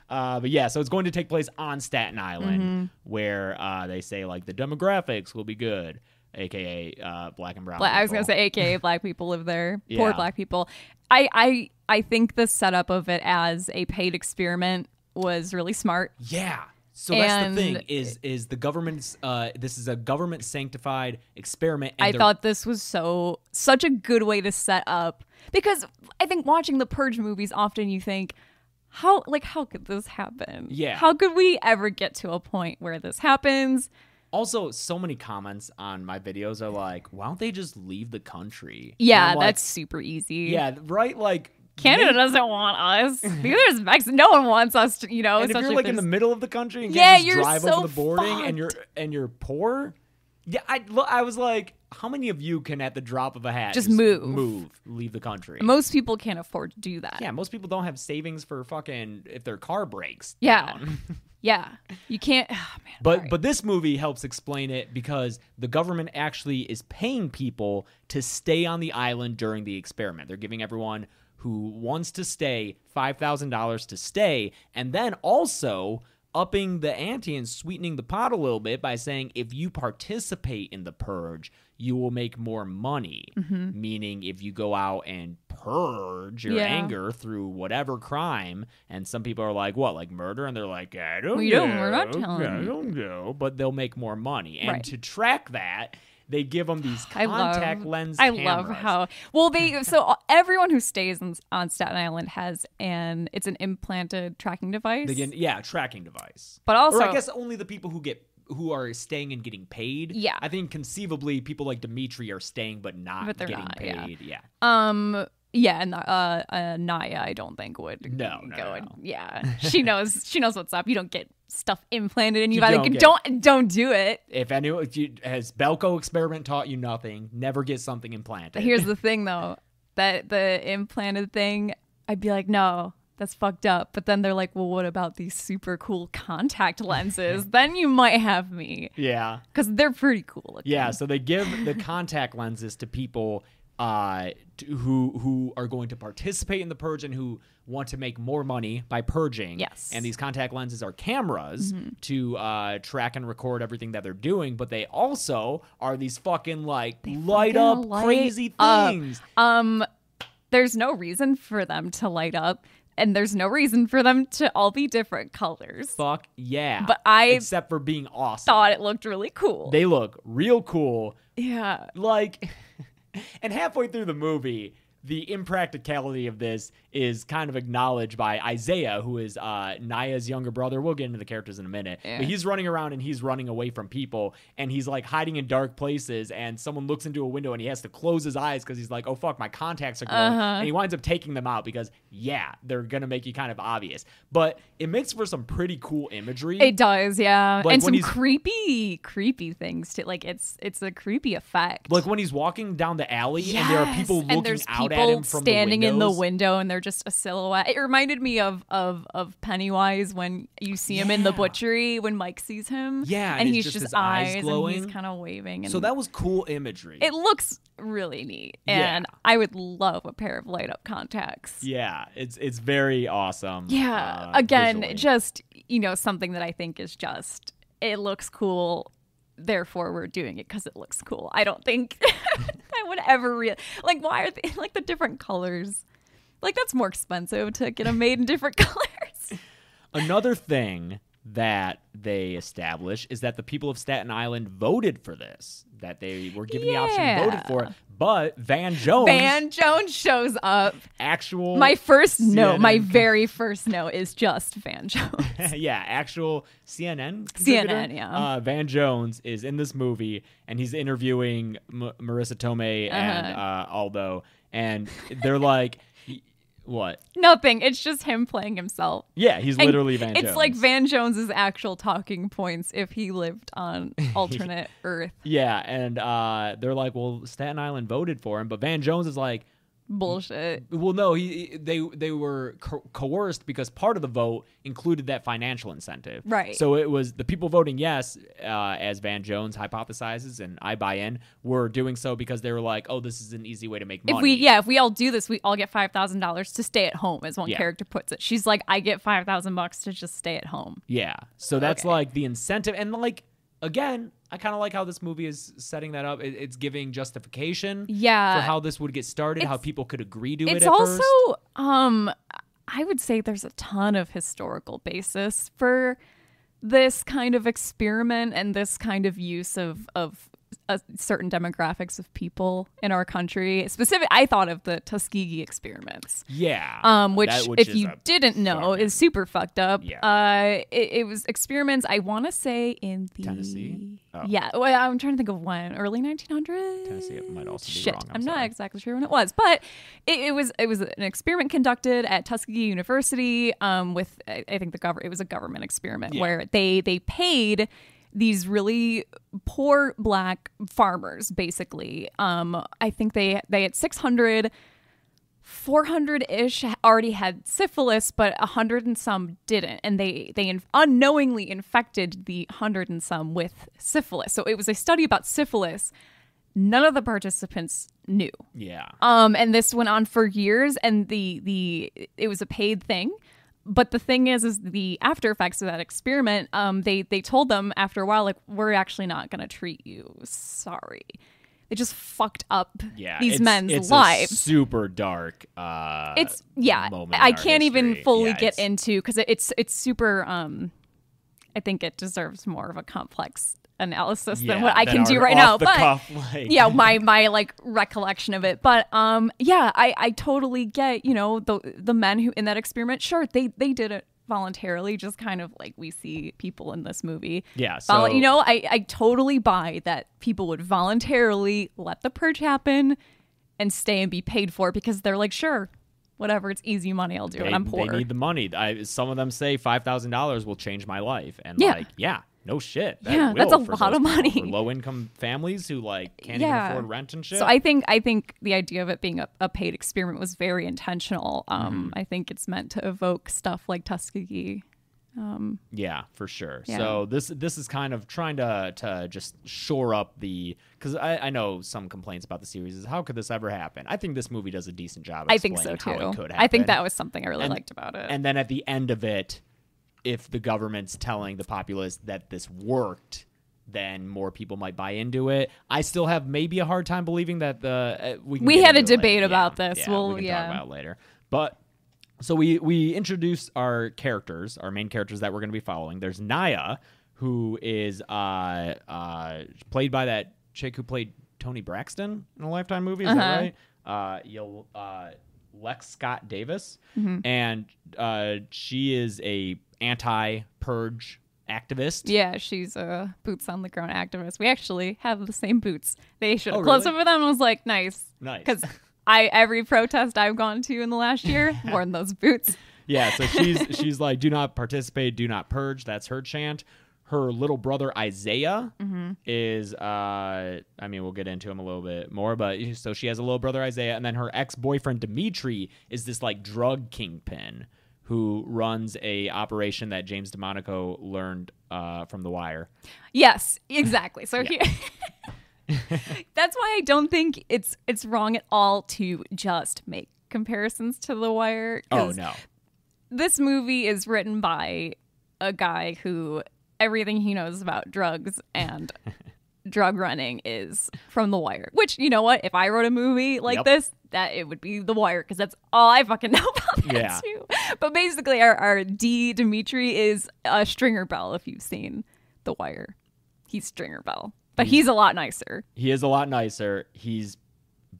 Uh, but yeah, so it's going to take place on Staten Island, Mm-hmm. where uh, they say like the demographics will be good, aka uh, black and brown. Bla- I was gonna people. say, AKA black people live there. Yeah. Poor black people. I, I, I think the setup of it as a paid experiment was really smart. Yeah. So that's the thing And- is is the government's uh, this is a government sanctified experiment. And I they're- thought this was so such a good way to set up because I think watching the Purge movies often you think how like how could this happen? Yeah. How could we ever get to a point where this happens? also so many comments on my videos are like, why don't they just leave the country? And Yeah, I'm like, that's super easy. yeah, right. Like Canada doesn't want us. Neither does Mexico. No one wants us to, you know, and if especially you're like in the there's- middle of the country and Yeah, can't just you're drive so over the boarding and you're and you're poor, yeah, I lo- I was like, how many of you can at the drop of a hat Just move. move, leave the country? most people can't afford to do that. yeah, most people don't have savings for fucking if their car breaks. Yeah. Yeah. You can't oh, man. But but this movie helps explain it because the government actually is paying people to stay on the island during the experiment. They're giving everyone who wants to stay $5,000 to stay and then also upping the ante and sweetening the pot a little bit by saying if you participate in the purge, you will make more money. Meaning if you go out and purge your Mm-hmm. Yeah. anger through whatever crime and some people are like what like murder and they're like I don't We don't- we're not telling yeah, I you. don't know, but they'll make more money. And Right. to track that, they give them these I love contact lens I cameras. love how well they so everyone who stays in, on Staten Island has an it's an implanted tracking device. they get, yeah, tracking device. But also- or I guess only the people who get who are staying and getting paid. Yeah. I think conceivably people like Dimitri are staying but not But they're getting not, yeah. paid. Yeah. um yeah, and uh, uh Naya I don't think would No, no, go and- no. yeah. She knows she knows what's up. You don't get stuff implanted in you, You by the don't g- get- don't don't do it. If anyone if you, has Belko experiment taught you nothing, never get something implanted. Here's the thing though, that the implanted thing, I'd be like, no, that's fucked up. But then they're like, well, what about these super cool contact lenses? then you might have me yeah. because they're pretty cool. Looking. Yeah, so they give the contact lenses to people uh, t- who who are going to participate in the purge and who want to make more money by purging. Yes. Mm-hmm. And these contact lenses are cameras to uh, track and record everything that they're doing, but they also are these fucking like light fucking up light crazy up. Uh, things. There's no reason for them to light up, and there's no reason for them to all be different colors. Fuck yeah. But I except for being awesome. Thought it looked really cool. they look real cool. yeah. like and halfway through the movie the impracticality of this is kind of acknowledged by Isaiah, who is uh, Naya's younger brother. We'll get into the characters in a minute. But he's running around and he's running away from people and he's like hiding in dark places. And someone looks into a window and he has to close his eyes because he's like, oh fuck, my contacts are going. Uh-huh. And he winds up taking them out because, yeah, they're going to make you kind of obvious. But it makes for some pretty cool imagery. It does, yeah. Like, when and some he's- creepy, creepy things too. Like it's it's a creepy effect. like when he's walking down the alley and there are people Yes, looking and there's out at people him from standing the in the windows. window and they're just a silhouette. It reminded me of of of Pennywise when you see him in the Yeah. butchery when Mike sees him. Yeah, and, and it's he's just just his eyes and glowing. he's kind of waving. And So that was cool imagery. it looks really neat, Yeah. and I would love a pair of light up contacts. yeah, it's it's very awesome. Yeah, uh, again, visually. just you know something that I think is just it looks cool. Therefore, we're doing it because it looks cool. I don't think I would ever real like why are they like the different colors? Like that's more expensive to get them made in different colors. another thing that they establish is that the people of Staten Island voted for this. That they were given the option, and voted for it. But Van Jones, Van Jones shows up. actual My first note, my CNN very first note is just Van Jones. yeah, actual CNN. contributor. CNN, yeah. Uh, Van Jones is in this movie, and he's interviewing M- Marissa Tomei Uh-huh. and uh, Aldo, and they're like, y- "What? Nothing. It's just him playing himself. Yeah, he's And literally Van It's Jones. like Van Jones's actual talking points if he lived on alternate Earth. yeah, and uh, they're like, "Well, Staten Island voted for him," but Van Jones is like, Bullshit. Well, no, he, he- they they were co- coerced because part of the vote included that financial incentive. Right. So it was the people voting yes, uh, as Van Jones hypothesizes, and I buy in, were doing so because they were like, oh, this is an easy way to make money. If we yeah, if we all do this, we all get five thousand dollars to stay at home, as one Yeah. character puts it. She's like, I get five thousand bucks to just stay at home. Yeah. So that's Okay. like the incentive. And like, again, I kind of like how this movie is setting that up. It, it's giving justification Yeah. for how this would get started, how It's- people could agree to it It's at also first. um I would say there's a ton of historical basis for this kind of experiment and this kind of use of of uh, certain demographics of people in our country. Specific, I thought of the Tuskegee experiments. Yeah. Um, which, That- if is you a didn't know, fucking- is super fucked up. Yeah. Uh, it, it was experiments. I want to say in the Tennessee? Oh. Yeah, well, I'm trying to think of when early 1900s. Tennessee, it might also be Shit, wrong, I'm I'm, not sorry. exactly sure when it was, but it, it was it was an experiment conducted at Tuskegee University um, with I, I think the government. It was a government experiment Yeah. where they they paid these really poor black farmers basically. Um, I think they they had 600 400 ish already had syphilis, but 100 and some didn't. And they, they in- unknowingly infected the 100 and some with syphilis. So it was a study about syphilis. None of the participants knew. yeah. Um, and this went on for years, and the the it was a paid thing. But the thing is, is the after effects of that experiment. Um, they they told them after a while, like we're actually not going to treat you. Sorry, they just fucked up yeah. these it's- men's it's a lives super dark. Uh, it's yeah moment in i our can't even history. fully Yeah, get it's- into because it's it's super um i think it deserves more of a complex analysis than yeah, what i that can do are off right now the but cuff, like- yeah my my like recollection of it but um yeah i i totally get you know the the men who in that experiment sure they they did it voluntarily just kind of like we see people in this movie Yeah, Vol- so- you know i i totally buy that people would voluntarily let the purge happen and stay and be paid for it because they're like sure whatever it's easy money i'll do They, it i'm they poor need the money. I, some of them say five thousand dollars will change my life, and Yeah. like, yeah, no shit. That Yeah, will that's a for lot those people, of money. for low-income families who like can't even afford rent and shit. So I think I think the idea of it being a, a paid experiment was very intentional. Um, Mm-hmm. I think it's meant to evoke stuff like Tuskegee. Yeah, for sure. Yeah. So this this is kind of trying to to just shore up the because I, I know some complaints about the series is how could this ever happen? I think this movie does a decent job. I think so explaining too. How it could happen. I think that was something I really And- liked about it. And then at the end of it, if the government's telling the populace that this worked, then more people might buy into it. I still have maybe a hard time believing that the uh, we can We get had a into it later. debate Yeah, about this. Yeah, We'll- we can yeah. talk about it later, but. So we we introduce our characters, our main characters that we're going to be following. There's Naya, who is uh, uh, played by that chick who played Tony Braxton in a Lifetime movie. Is that right? Uh, you'll, uh, Lex Scott Davis, and uh, she is a anti-purge activist. yeah, she's a boots on the ground activist. We actually have the same boots. They should have Oh, closed really? up with them. and was like, nice, Nice. because I every protest I've gone to in the last year worn those boots. Yeah, so she's she's like, do not participate, do not purge. That's her chant. Her little brother Isaiah Mm-hmm. is, uh, I mean, we'll get into him a little bit more, but so she has a little brother Isaiah, and then her ex boyfriend Dimitri is this like drug kingpin who runs a operation that James DeMonico learned uh, from The Wire. Yes, exactly. So he- that's why I don't think it's it's wrong at all to just make comparisons to The Wire. Oh 'cause no, This movie is written by a guy who everything he knows about drugs and drug running is from The Wire. Which you know what? If I wrote a movie like Yep. this, that it would be The Wire because that's all I fucking know about that Yeah. too. But basically, our our D Dimitri is a stringer bell. If you've seen The Wire, he's stringer bell, Mm. but he's a lot nicer. he is a lot nicer. He's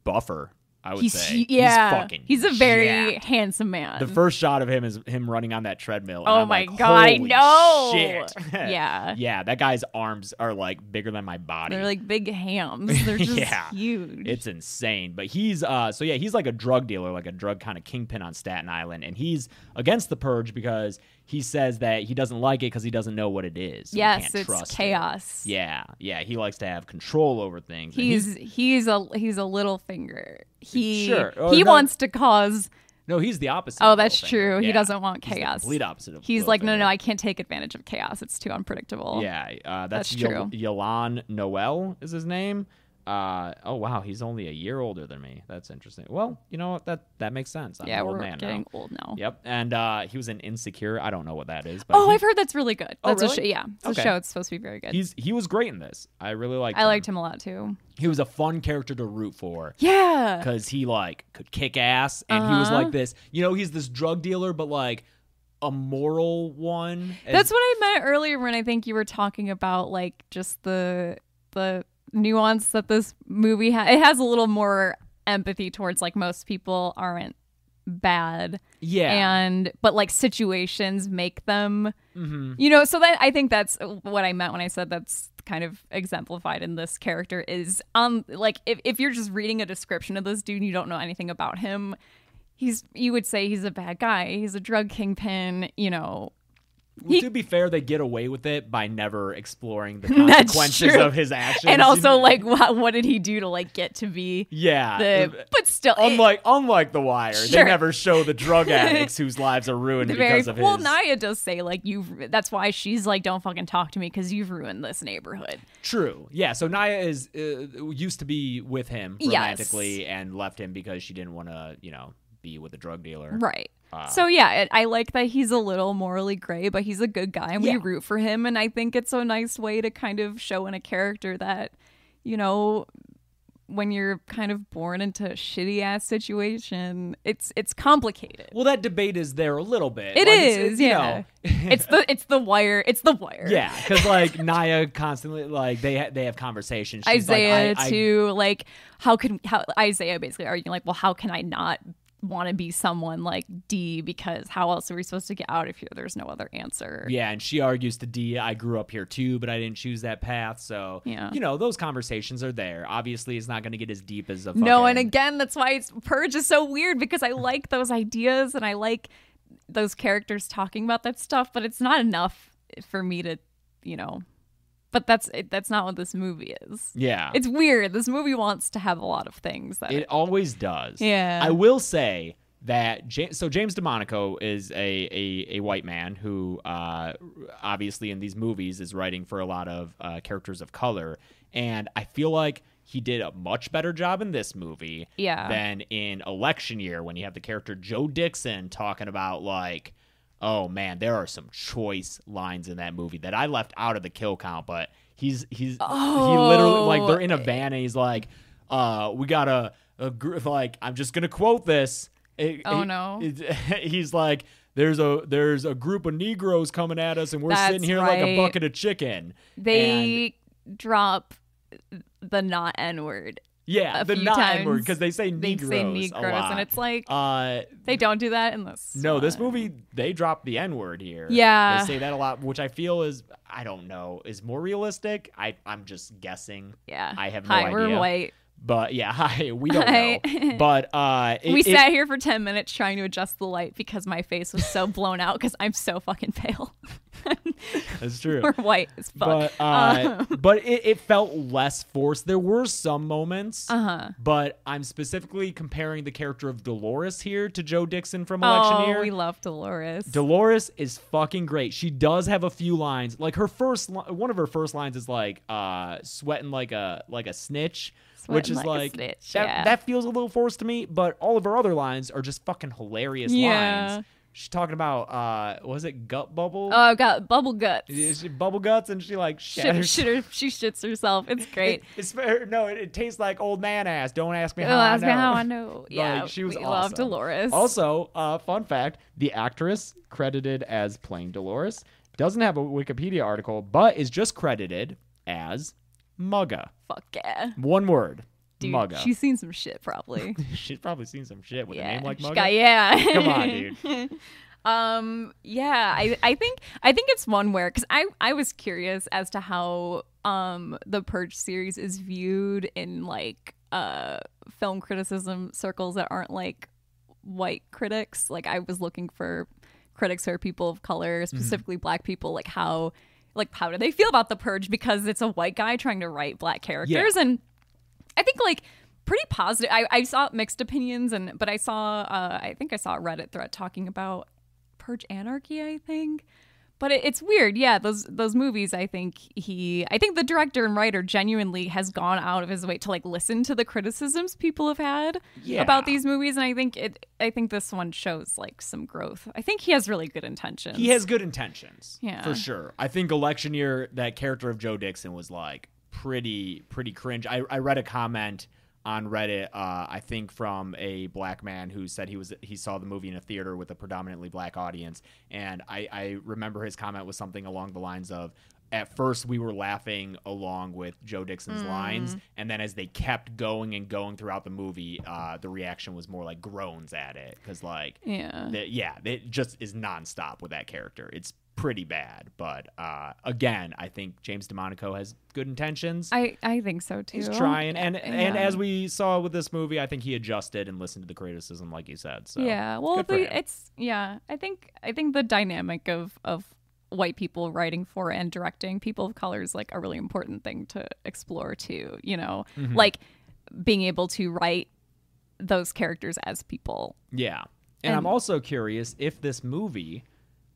buffer. I would He's say. he- yeah, he's fucking. a very jacked. handsome man. The first shot of him is him running on that treadmill. and Oh I'm my like, God, I "Holy know." Shit. Yeah. yeah. That guy's arms are like bigger than my body. They're like big hams. They're just Yeah. huge. It's insane. But he's uh so yeah, he's like a drug dealer, like a drug kind of kingpin on Staten Island, and he's against the purge because he says that he doesn't like it because he doesn't know what it is. He yes, can't it's trust it. chaos. Yeah, yeah. He likes to have control over things. and He's he's a he's a little finger. He Sure. Oh, he no. wants to cause. no, he's the opposite. Oh, of that's Littlefinger. true. He Yeah. doesn't want He's the chaos. complete opposite of He's like, no, Littlefinger. no, I can't take advantage of chaos. It's too unpredictable. Yeah, uh, that's, That's Yo- true. Yolan Noel is his name. Uh, oh wow, he's only a year older than me. That's interesting. Well, you know what? That that makes sense. I'm yeah, an old we're man now. getting old now. Yep, and uh, he was an insecure. I don't know what that is, but Oh, he, I've heard that's really good. Oh, That's a really? sh- yeah, it's Okay. a show. It's supposed to be very good. he's he was great in this. I really liked. I him. liked him a lot too. He was a fun character to root for. Yeah. Uh-huh. because he like could kick ass and he was like this you know he's this drug dealer but like a moral one As- That's what I meant earlier when I think you were talking about like just the the nuance that this movie has. It has a little more empathy towards like most people aren't bad yeah and but like situations make them hmm you know so that i think that's what i meant when i said that's kind of exemplified in this character is um like if, if you're just reading a description of this dude and you don't know anything about him he's you would say he's a bad guy he's a drug kingpin you know to be fair they get away with it by never exploring the That's consequences true. of his actions and also like what, what did he do to like get to be yeah Uh, the but still it- unlike unlike the wire Sure. they never show the drug addicts whose lives are ruined very because of his well naya does say like you've that's why she's like don't fucking talk to me because you've ruined this neighborhood True. Yeah. So Naya is uh, used to be with him Yes. romantically and left him because she didn't want to, you know, be with a drug dealer. Right. so yeah, it, I like that he's a little morally gray, but he's a good guy, and we Yeah. root for him. And I think it's a nice way to kind of show in a character that, you know, when you're kind of born into a shitty ass situation, it's it's complicated. Well, that debate is there a little bit. It Like, is, it's- you yeah. know, it's the it's the wire. It's the wire. yeah, because like Naya constantly like they ha- they have conversations. She's like, Isaiah I- I- too. Like how can how Isaiah basically arguing like, well, how can I not want to be someone like D because how else are we supposed to get out of here? There's no other answer. yeah, and she argues to D. I grew up here too, but I didn't choose that path. So Yeah. you know those conversations are there. Obviously, it's not going to get as deep as a No, and fucking- again, that's why it's Purge is so weird because I like those ideas and I like those characters talking about that stuff, but it's not enough for me to, you know. But that's it, that's not what this movie is. yeah, It's weird. This movie wants to have a lot of things that It always does. Yeah. I will say that James, so James DeMonico is a, a, a white man who uh, obviously in these movies is writing for a lot of uh, characters of color, and I feel like he did a much better job in this movie Yeah. than in election year when you have the character Joe Dixon talking about like. Oh man, there are some choice lines in that movie that I left out of the kill count, but he's he's he literally like they're in Oh. a van and he's like, uh, we got a, a gr- like I'm just gonna quote this. It- Oh, it- no. it- he's like, there's a there's a group of Negroes coming at us and we're That's sitting here like a right. bucket of chicken. And- they drop the not N word. yeah a the few nine word times because they say They Negroes say a Negroes, lot. and it's like uh. they don't do that in this. No, this one. movie they drop the N word here. Yeah. they say that a lot, which I feel is I don't know is more realistic. I I'm just guessing. Yeah, I have no Hi, idea. We're white. But yeah, hi, we don't Hi. know. But uh, it- we it- sat here for 10 minutes trying to adjust the light because my face was so blown out because I'm so fucking pale. That's true. We're Um. white as fuck. But uh, but it, it felt less forced. There were some moments, Uh-huh. but I'm specifically comparing the character of Dolores here to Joe Dixon from Election oh, Year. we love Dolores. Dolores is fucking great. She does have a few lines. Like her first li- one of her first lines is like uh sweating like a like a snitch, which Sweating is like a like snitch, that, yeah. that feels a little forced to me, but all of her other lines are just fucking hilarious Yeah. lines. She's talking about uh was it gut bubble? oh, I've got bubble guts. Yeah, she bubble guts and she like Shit, shatters. shit she shits herself. It's great. It, it's or no, it, it tastes like old man ass. Don't ask me Oh, how I that's know. how I know. Yeah, like, she was we awesome. love Dolores. Also, uh, fun fact: the actress credited as playing Dolores doesn't have a Wikipedia article, but is just credited as Mugga. fuck yeah. One word, Dude, Mugga. she's seen some shit probably. She's probably seen some shit with a yeah. name like she Mugga. got- yeah. Come on, dude. Um. Yeah. I. I think. I think it's one where because I. I was curious as to how um the Purge series is viewed in like uh film criticism circles that aren't like white critics. Like I was looking for critics who are people of color, specifically Black people. Like how. Like how do they feel about the Purge because it's a white guy trying to write Black characters and I think like pretty positive. I, I saw mixed opinions, and but I saw uh, I think I saw a Reddit thread talking about purge anarchy. I think, But it, it's weird, yeah. Those those movies, I think he, I think the director and writer genuinely has gone out of his way to like listen to the criticisms people have had Yeah. about these movies, and I think it, I think this one shows like some growth. I think he has really good intentions. He has good intentions, Yeah. for sure. I think election year, that character of Joe Dixon was like pretty, pretty cringe. I, I read a comment on Reddit, uh, I think from a black man who said he was he saw the movie in a theater with a predominantly black audience, and I, I remember his comment was something along the lines of. At first, we were laughing along with Joe Mm. Dixon's lines, and then as they kept going and going throughout the movie, uh, the reaction was more like groans at it because, like, yeah. that- yeah, it just is nonstop with that character. It's pretty bad, but uh, again, I think James DeMonico has good intentions. I, I think so too. He's trying, and and Yeah. as we saw with this movie, I think he adjusted and listened to the criticism, like you said. So yeah, well, good for the, him. it's yeah. I think I think the dynamic of of white people writing for and directing people of color is like a really important thing to explore too. You know, Mm-hmm. like being able to write those characters as people. Yeah. And, I'm And- also curious if this movie,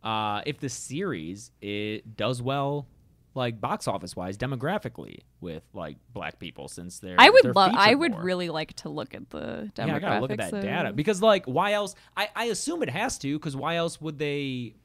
uh, if this series, it does well, like box office wise, demographically with like black people, since they're I they're would love. I featured would more. really like to look at the demographics. Yeah, I gotta look at that of- data because, like, why else? I, I assume it has to because why else would they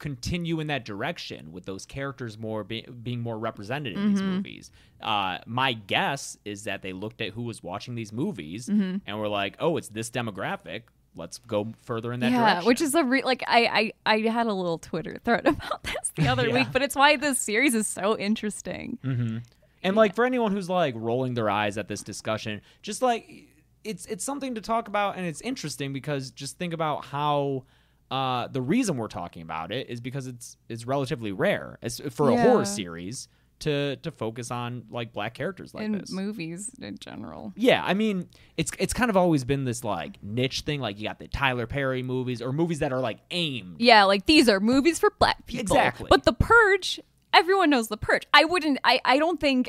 continue in that direction with those characters more be, being more represented in Mm-hmm. these movies? Uh, my guess is that they looked at who was watching these movies Mm-hmm. and were like, "Oh, it's this demographic. Let's go further in that yeah, direction." which is a re- like I, I I had a little Twitter thread about this the other Yeah. week, but it's why this series is so interesting. Mm-hmm. And like for anyone who's like rolling their eyes at this discussion, just like it's it's something to talk about and it's interesting because just think about how uh, the reason we're talking about it is because it's it's relatively rare as, for a Yeah. horror series to to focus on like black characters Mm, like in this. movies in general. Yeah, I mean, it's it's kind of always been this like niche thing. Like you got the Tyler Perry movies or movies that are like aimed. Yeah, like these are movies for black people. Exactly. But The Purge, everyone knows The Purge. I wouldn't I I don't think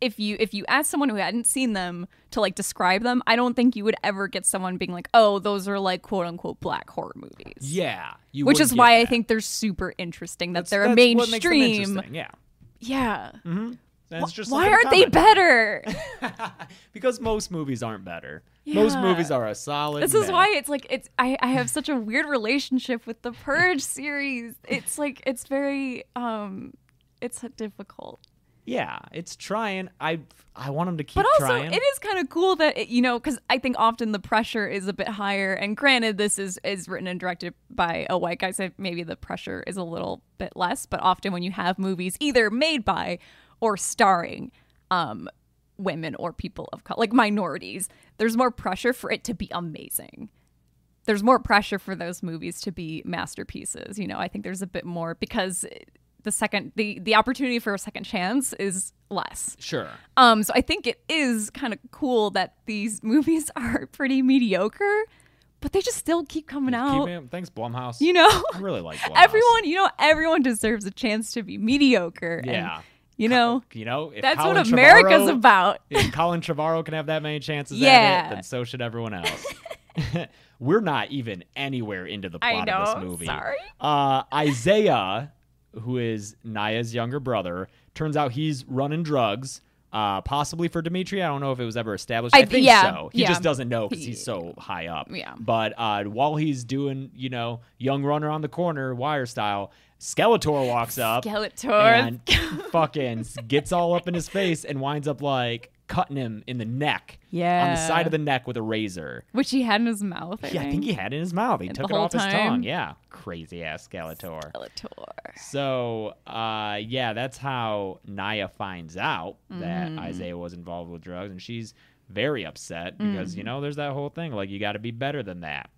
if you if you asked someone who hadn't seen them to like describe them, I don't think you would ever get someone being like, "Oh, those are like quote unquote black horror movies." Yeah, you Which wouldn't is get why I that. think they're super interesting that That's- that's they're what makes them mainstream. interesting, Yeah, Yeah. And it's just Why something to aren't they comment on. better? because most movies aren't better. Most Yeah. movies are a solid. This is meh. why it's like it's I, I have such a weird relationship with the Purge series. It's like it's very um it's difficult. Yeah, it's trying. I I want them to keep But also trying. it is kind of cool that it, you know cuz I think often the pressure is a bit higher and granted this is is written and directed by a white guy so maybe the pressure is a little bit less, but often when you have movies either made by or starring um women or people of color like minorities, there's more pressure for it to be amazing. there's more pressure for those movies to be masterpieces. You know, I think there's a bit more because the second the the opportunity for a second chance is less. sure. Um, so I think it is kind of cool that these movies are pretty mediocre, but they just still keep coming out. Keep it- thanks, Blumhouse. you know, I really like Blumhouse. everyone, you know, everyone deserves a chance to be mediocre. and, Yeah. you know, you know, if that's Colin what America's Trevorrow- about. If Colin Trevorrow can have that many chances at Yeah. it, then so should everyone else. We're not even anywhere into the I plot of this know, movie. sorry. Uh, Isaiah, who is Naya's younger brother, turns out he's running drugs, uh, possibly for Dimitri. I don't know if it was ever established. I, I- think yeah, so. He yeah. just doesn't know because He- he's so high up. Yeah. But uh, while he's doing, you know, young runner on the corner, wire style, Skeletor walks up Skeletor. and fucking gets all up in his face and winds up like cutting him in the neck. On the Yeah. side of the neck with a razor. Which he had in his mouth. I Yeah, I think he had it in his mouth. He took it whole off his time. tongue. Yeah. Crazy ass Skeletor. Skeletor. So, uh, yeah, that's how Naya finds out that Isaiah was involved with drugs, and she's very upset because you know there's that whole thing like you got to be better than that.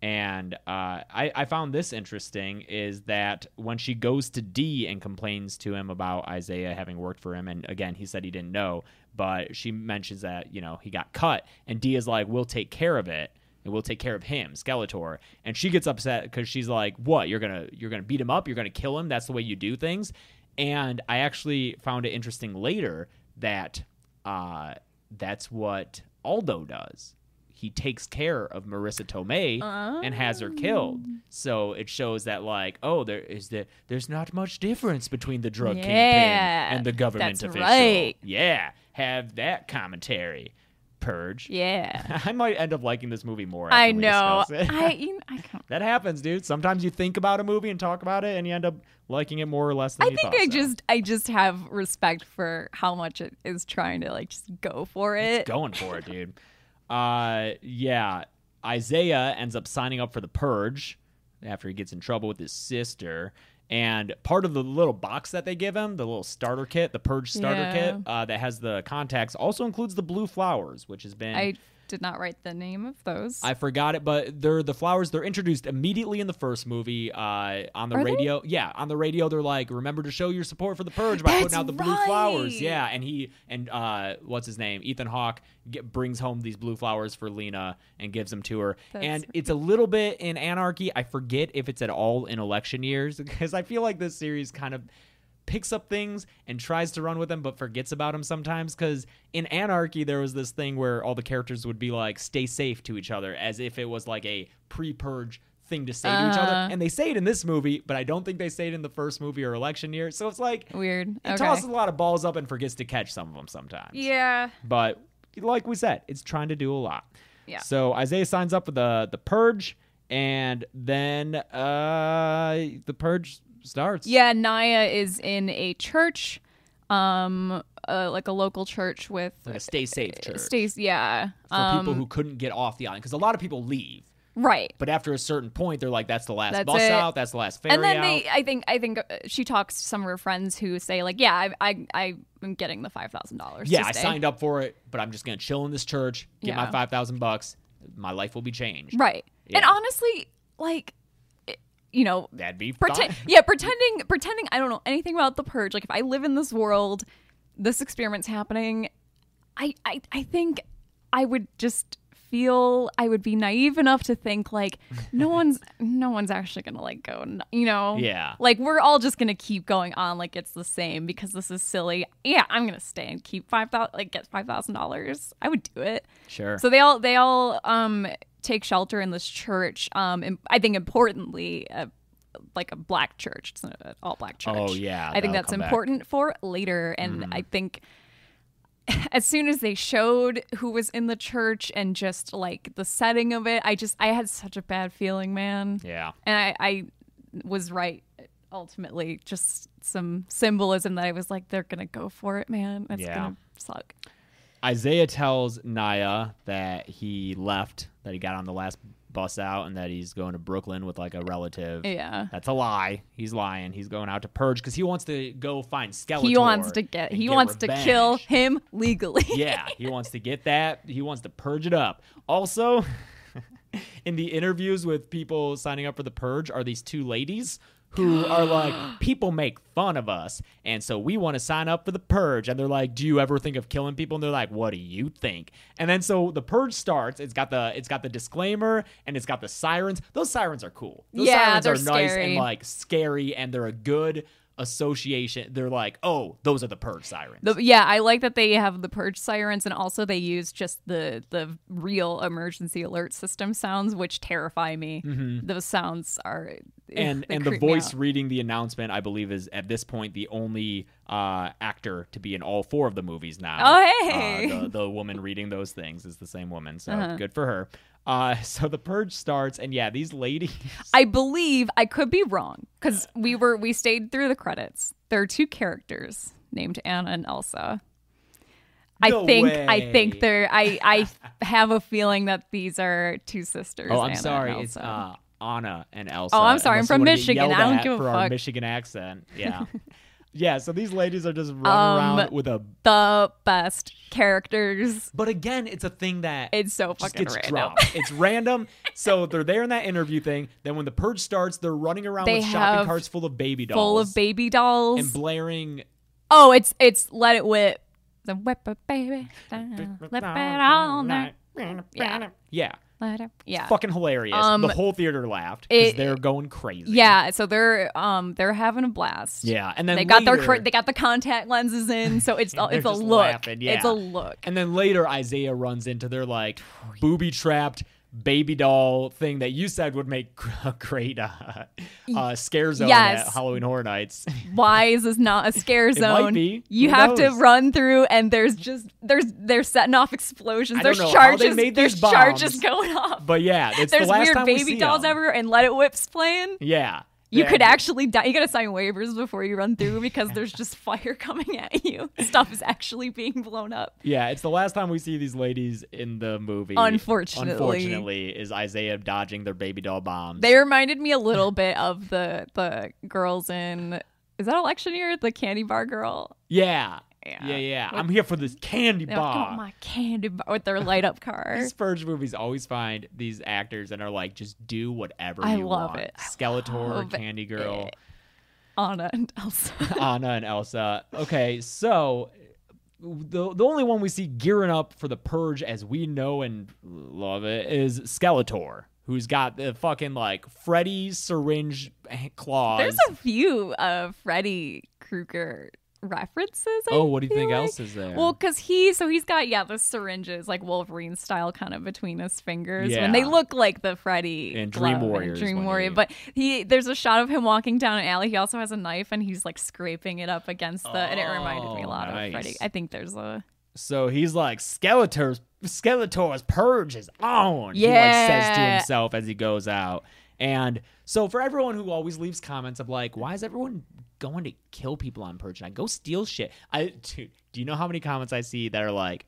And uh, I, I found this interesting is that when she goes to D and complains to him about Isaiah having worked for him, and again he said he didn't know, but she mentions that you know he got cut, and D is like, "We'll take care of it." and we'll take care of him, Skeletor. And she gets upset because she's like, "What? You're gonna you're gonna beat him up? You're gonna kill him? That's the way you do things." And I actually found it interesting later that uh, that's what Aldo does. he takes care of Marissa Tomei and has her Ah. killed. So it shows that like, oh, there is that there's not much difference between the drug kingpin Yeah, and the government that's official. right. Yeah, have that commentary, Purge. Yeah. I might end up liking this movie more. After I we know. discuss it. I you know, I can't. that happens, dude. Sometimes you think about a movie and talk about it, and you end up liking it more or less than I you think thought I so. just I just have respect for how much it is trying to like just go for it. going for it, dude. Uh, yeah. Isaiah ends up signing up for the purge after he gets in trouble with his sister. And part of the little box that they give him, the little starter kit, the purge starter Yeah. kit uh, that has the contacts, also includes the blue flowers, which has been I did not write the name of those. I forgot it, but they're the flowers. They're introduced immediately in the first movie uh, on the Are they? radio. Yeah, on the radio, they're like, "Remember to show your support for the purge by That's putting out the blue flowers." right. Yeah, and he and uh, what's his name, Ethan Hawke, get, brings home these blue flowers for Lena and gives them to her. That's and it's a little bit in Anarchy. I forget if it's at all in election years because I feel like this series kind of picks up things and tries to run with them but forgets about them sometimes because in anarchy there was this thing where all the characters would be like stay safe to each other as if it was like a pre-purge thing to say to each other Uh. and they say it in this movie but i don't think they say it in the first movie or election year so it's like Weird. it Okay. tosses a lot of balls up and forgets to catch some of them sometimes yeah. but like we said, it's trying to do a lot. Yeah. So Isaiah signs up for the the purge, and then uh the purge starts. Yeah, Naya is in a church, um, uh, like a local church with Like a stay safe church stays. Yeah, um, for people who couldn't get off the island because a lot of people leave, right. but after a certain point, they're like, "That's the last That's bus it. out. That's the last ferry and then out." they, I think, I think uh, she talks to some of her friends who say like, yeah, I, I, I am getting the five thousand dollars. yeah, I signed up for it, but I'm just gonna chill in this church, get my Yeah. five thousand bucks. My life will be changed. Right. And Yeah. honestly, like, it- you know, That'd be pretend, fine. yeah, pretending, pretending I don't know anything about the purge. Like, if I live in this world, this experiment's happening. I, I, I think I would just feel I would be naive enough to think like no one's no one's actually gonna like go n- you know Yeah. like we're all just gonna keep going on like it's the same because this is silly yeah I'm gonna stay and keep five thousand like get five thousand dollars I would do it Sure. so they all they all um take shelter in this church. Um, and I think importantly, uh, like a black church, it's an all black church. Oh, yeah, I that'll think that's come back. Mm-hmm. important for later. And I think as soon as they showed who was in the church and just like the setting of it, I just I had such a bad feeling, man. yeah. And I, I was right ultimately. Just some symbolism that I was like, they're gonna go for it, man. It's Yeah. gonna suck. Isaiah tells Naya that he left, that he got on the last bus out, and that he's going to Brooklyn with like a relative. Yeah. That's a lie. He's lying. He's going out to purge because he wants to go find Skeletor. he wants to get and he wants revenge. to kill him legally. yeah, he wants to get that. He wants to purge it up. Also, in the interviews with people signing up for the purge are these two ladies who are like, people make fun of us, and so we want to sign up for the purge. And they're like, Do you ever think of killing people? And they're like, What do you think? And then so the purge starts. It's got the it's got the disclaimer and it's got the sirens. Those sirens are cool. Those Yeah, sirens they're are nice and scary. like scary, and they're a good association. They're like, oh, those are the purge sirens. The- yeah, I like that they have the purge sirens and also they use just the the real emergency alert system sounds which terrify me. Those sounds are Mm-hmm. eh, and they and the creep me out. voice reading the announcement, I believe, is at this point the only uh, actor to be in all four of the movies now. Oh, hey! Uh-huh. Uh, the, the woman reading those things is the same woman, so good for her. Uh, so the purge starts, and yeah, these ladies. I believe I could be wrong cuz Uh. we were we stayed through the credits. There are two characters named Anna and Elsa. I No think way. I think they're I I have a feeling that these are two sisters. Oh, Anna I'm and sorry, it's Elsa. Oh, uh, Anna and Elsa. I'm sorry, I'm unless from you wanna get Michigan, yelled I don't at give a for our fuck. Michigan accent, yeah, yeah. So these ladies are just running Um, around with a. the best characters. But again, it's a thing that It's so just fucking gets random. dropped. It's random. So they're there in that interview thing. Then when the purge starts, they're running around They with shopping have carts full of baby dolls, Full of baby dolls. and blaring. oh, it's it's let it whip. Uh, The whip a baby, down, whip it all night. Yeah. Yeah, Let it- yeah. Um, Fucking hilarious. the whole theater laughed because it- they're going crazy. Yeah, so they're um they're having a blast. Yeah, and then They got their later- cra- they got the contact lenses in, so it's They're it's a just look. laughing, yeah. It's a look. And then later, Isaiah runs into their like booby trapped baby doll thing that you said would make a great uh, uh, scare zone Yes. at Halloween Horror Nights. Why is this not a scare might zone? be. You Who have knows? to run through, and there's just there's they're setting off explosions. I there's don't know how charges. they made there's these charges bombs. going off. But yeah, it's there's the last weird time we baby see dolls them. ever, and Let It Whip's playing. Yeah, You Yeah. could actually die. You gotta sign waivers before you run through because there's just fire coming at you. Stuff is actually being blown up. Yeah, it's the last time we see these ladies in the movie. Unfortunately. unfortunately, is Isaiah dodging their baby doll bombs. They reminded me a little bit of the the girls in is that electioneer the candy bar girl? yeah, yeah, Yeah. yeah. I'm here for this candy They were like, bar. Oh my candy bar with their light up car. These Purge movies always find these actors and are like, just do whatever I you love want. it. I Skeletor, love Candy Girl, Anna and Elsa. Anna, and Elsa. Okay, so the the only one we see gearing up for the Purge as we know and love it is Skeletor, who's got the fucking like Freddy syringe claws. There's a few uh Freddy Krueger references. I oh, what do you feel think like. else is there? Well, because he, so he's got, yeah, the syringes, like Wolverine style, kind of between his fingers. Yeah. When they look like the Freddy And Dream glove Warriors Dream when Warrior. he- But he, there's a shot of him walking down an alley. He also has a knife and he's like scraping it up against the, and it reminded me a Oh, lot nice. of Freddy. I think there's a, So he's like, Skeletor's Skeletor's purge is on. He like says to Yeah. himself as he goes out. And so for everyone who always leaves comments of like, why is everyone going to kill people on Purge Night? Go steal shit. I dude, do you know how many comments I see that are like,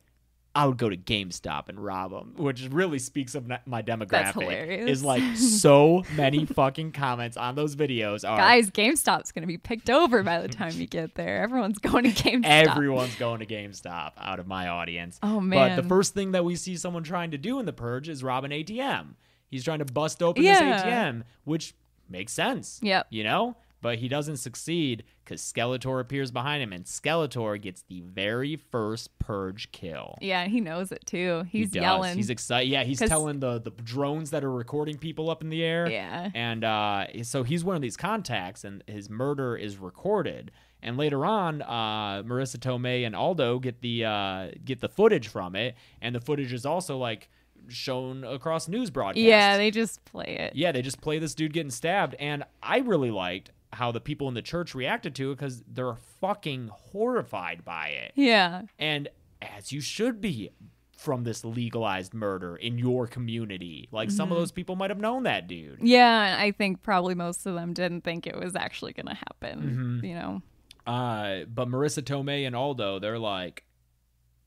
I would go to GameStop and rob them, which really speaks of n- my demographic. hilarious. Is like so many fucking comments on those videos are guys, GameStop's going to be picked over by the time you get there. Everyone's going to GameStop. Everyone's going to GameStop out of my audience. Oh, But the man. first thing that we see someone trying to do in the purge is rob an ATM. He's trying to bust open Yeah. this ATM, which makes sense. Yep. You know? But he doesn't succeed because Skeletor appears behind him, and Skeletor gets the very first purge kill. Yeah, and he knows it too. He He's does. yelling. He's excited. Yeah, he's 'Cause- telling the the drones that are recording people up in the air. Yeah. And uh, so he's one of these contacts, and his murder is recorded. And later on, uh, Marissa Tomei and Aldo get the uh, get the footage from it, and the footage is also like shown across news broadcasts. yeah, they just play it. Yeah, they just play this dude getting stabbed, and I really liked how the people in the church reacted to it because they're fucking horrified by it Yeah. and as you should be from this legalized murder in your community. Like some of those people might have known that dude. Mm-hmm. Yeah, and I think probably most of them didn't think it was actually going to happen. Mm-hmm. You know, Uh, but Marissa Tomei and Aldo, they're like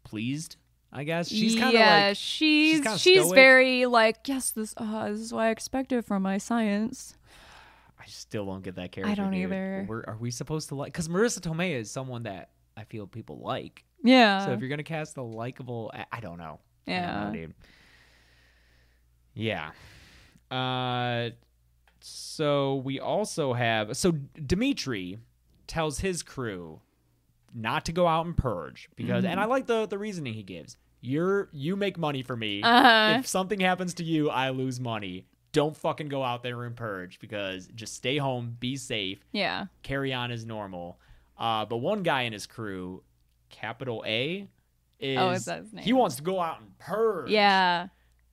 pleased, I guess. She's kind of yeah, like she's kinda she's, stoic. very like yes, this uh, this is what I expected from my science. I still don't get that character. don't dude. either. We're, are we supposed to like? Because Marissa Tomei is someone that I feel people like. Yeah, so if you're gonna cast a likable, I, I don't know. I don't know, yeah, dude. Yeah. Uh, so we also have so Dimitri tells his crew not to go out and purge because, and I like the the reasoning he gives. You're you make money for me. Uh-huh. If something happens to you, I lose money. Don't fucking go out there and purge because just stay home, be safe, yeah, carry on as normal. Uh, but one guy in his crew, capital A, is Oh, is that his he name? wants to go out and purge. yeah.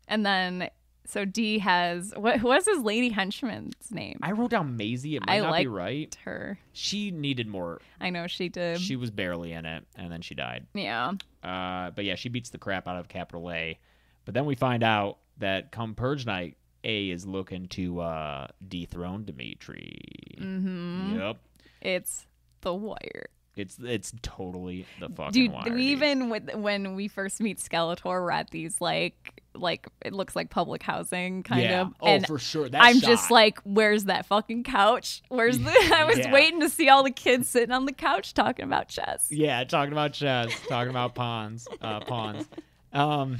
And then so D has what what's his lady henchman's name? I wrote down Maisie. It might I not be liked right. her. She needed more. I know she did. She was barely in it, and then she died. yeah, Uh, but yeah, she beats the crap out of Capital A. But then we find out that come Purge Night, A is looking to uh, dethrone Dimitri. Mm-hmm. Yep. it's the wire. It's it's totally the fucking Dude, wire, we dude. even with when we first meet Skeletor, we're at these like like it looks like public housing kind yeah. of. Oh, and for sure. That I'm just shot. like, where's that fucking couch? Where's the? I was Yeah. waiting to see all the kids sitting on the couch talking about chess. Yeah, talking about chess, talking about pawns, uh, pawns. Um,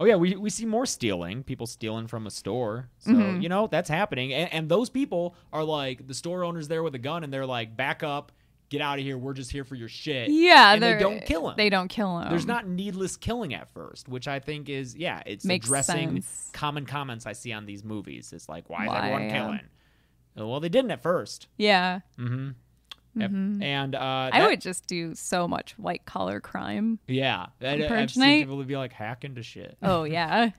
oh yeah, we we see more stealing, people stealing from a store. So Mm-hmm. you know that's happening, and, and those people are like the store owner's there with a gun, and they're like, "Back up, get out of here. We're just here for your shit. Yeah, and they they're- don't kill him. They don't kill him. There's not needless killing at first, which I think is yeah, it's Makes addressing sense. common comments I see on these movies. It's like why, Why, is everyone yeah. killing? Uh, Well, they didn't at 1st Yeah, and uh, Mm-hmm. I that- would just do so much white collar crime. yeah, that, uh, on I've Purge seen Night. people be like hack into shit. Oh yeah,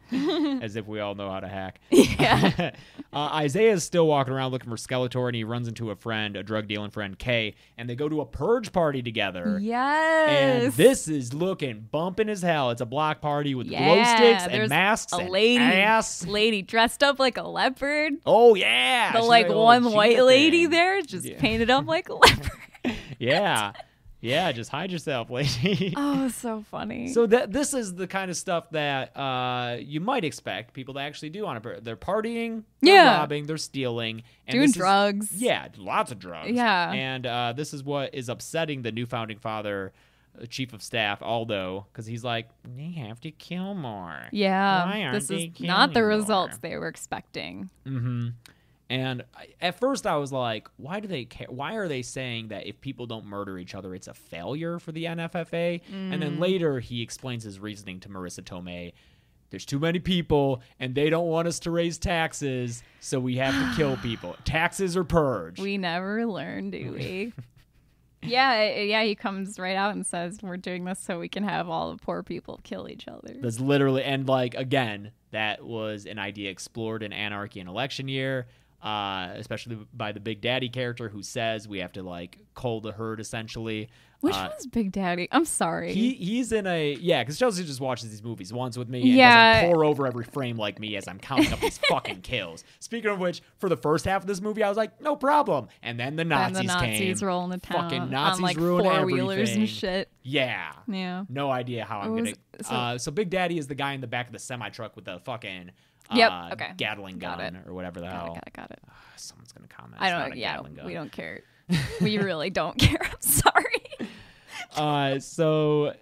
as if we all know how to hack. Oh. yeah. uh, Isaiah is still walking around looking for Skeletor, and he runs into a friend, a drug dealing friend, Kay, and they go to a purge party together. Yes. And this is looking bumping as hell. It's a block party with glow Yeah, sticks and there's masks a and lady, ass. lady dressed up like a leopard. Oh yeah, The She's oh, like a little one cheetah white lady thing. there just Yeah. painted up like a leopard. Yeah, yeah. Just hide yourself, lady. oh, so funny. So that this is the kind of stuff that uh, you might expect people to actually do on a par- they're partying, they're Yeah. robbing, they're stealing, and Doing this is- drugs. yeah, lots of drugs. Yeah. and uh, this is what is upsetting the new founding father, uh, chief of staff Aldo, because he's like, we have to kill more. yeah, Why aren't this they is not the killing more? results they were expecting. Mm-hmm. And I- at first, I was like, why do they care? Why are they saying that if people don't murder each other, it's a failure for the NFFA? And Mm. then later, he explains his reasoning to Marissa Tomei. There's too many people, and they don't want us to raise taxes, so we have to kill people. Taxes or purge. We never learn, do we? yeah, i- yeah. He comes right out and says, "We're doing this so we can have all the poor people kill each other." That's literally and like again, that was an idea explored in Anarchy and Election Year, uh, especially by the Big Daddy character who says we have to like cull the herd essentially. Which Uh, one's Big Daddy? I'm sorry. He he's in a yeah because Chelsea just watches these movies once with me and Yeah. doesn't pour over every frame like me as I'm counting up these fucking kills. Speaking of which, for the first half of this movie, I was like, no problem, and then the and Nazis the Nazis came. roll into town Fucking Nazis on like ruin four wheelers everything. and shit. Yeah. Yeah. No idea how I'm What gonna. was- So, so- uh, so Big Daddy is the guy in the back of the semi truck with the fucking uh, Yep, okay. Gatling Got gun or whatever the Got hell. it, got it, got it. Someone's gonna comment. I it's not don't. a Yeah, Gatling gun. we don't care. we really don't care. I'm sorry. Uh, so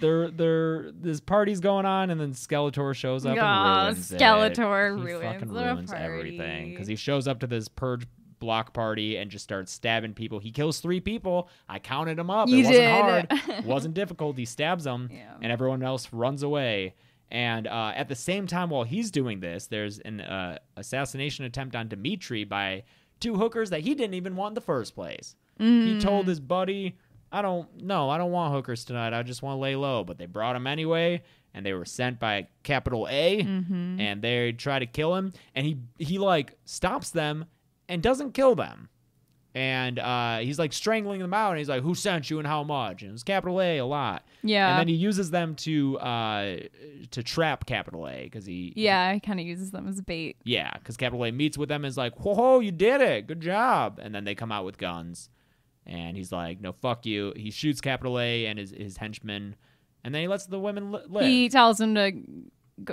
there, there, this party's going on, and then Skeletor shows up. Yeah, and ruins it. Skeletor he ruins fucking the ruins party. everything because he shows up to this purge block party and just starts stabbing people. He kills three people. I counted them up. You it wasn't did. hard. It wasn't difficult. He stabs them, Yeah. and everyone else runs away. And uh, at the same time, while he's doing this, there's an uh, assassination attempt on Dimitri by two hookers that he didn't even want in the first place. He told his buddy, I don't no, I don't want hookers tonight. I just want to lay low. But they brought him anyway, and they were sent by capital A, Mm-hmm. and they try to kill him. And he he like stops them and doesn't kill them. And uh, he's like strangling them out, and he's like, "Who sent you and how much?" And it was capital A a lot. Yeah. And then he uses them to uh, to trap capital A because he yeah, he kind of uses them as bait. yeah, because Capital A meets with them and is like, whoa, whoa, you did it. Good job. And then they come out with guns. And he's like, no, fuck you. He shoots Capital A and his, his henchmen. And then he lets the women li- live. He tells him to g-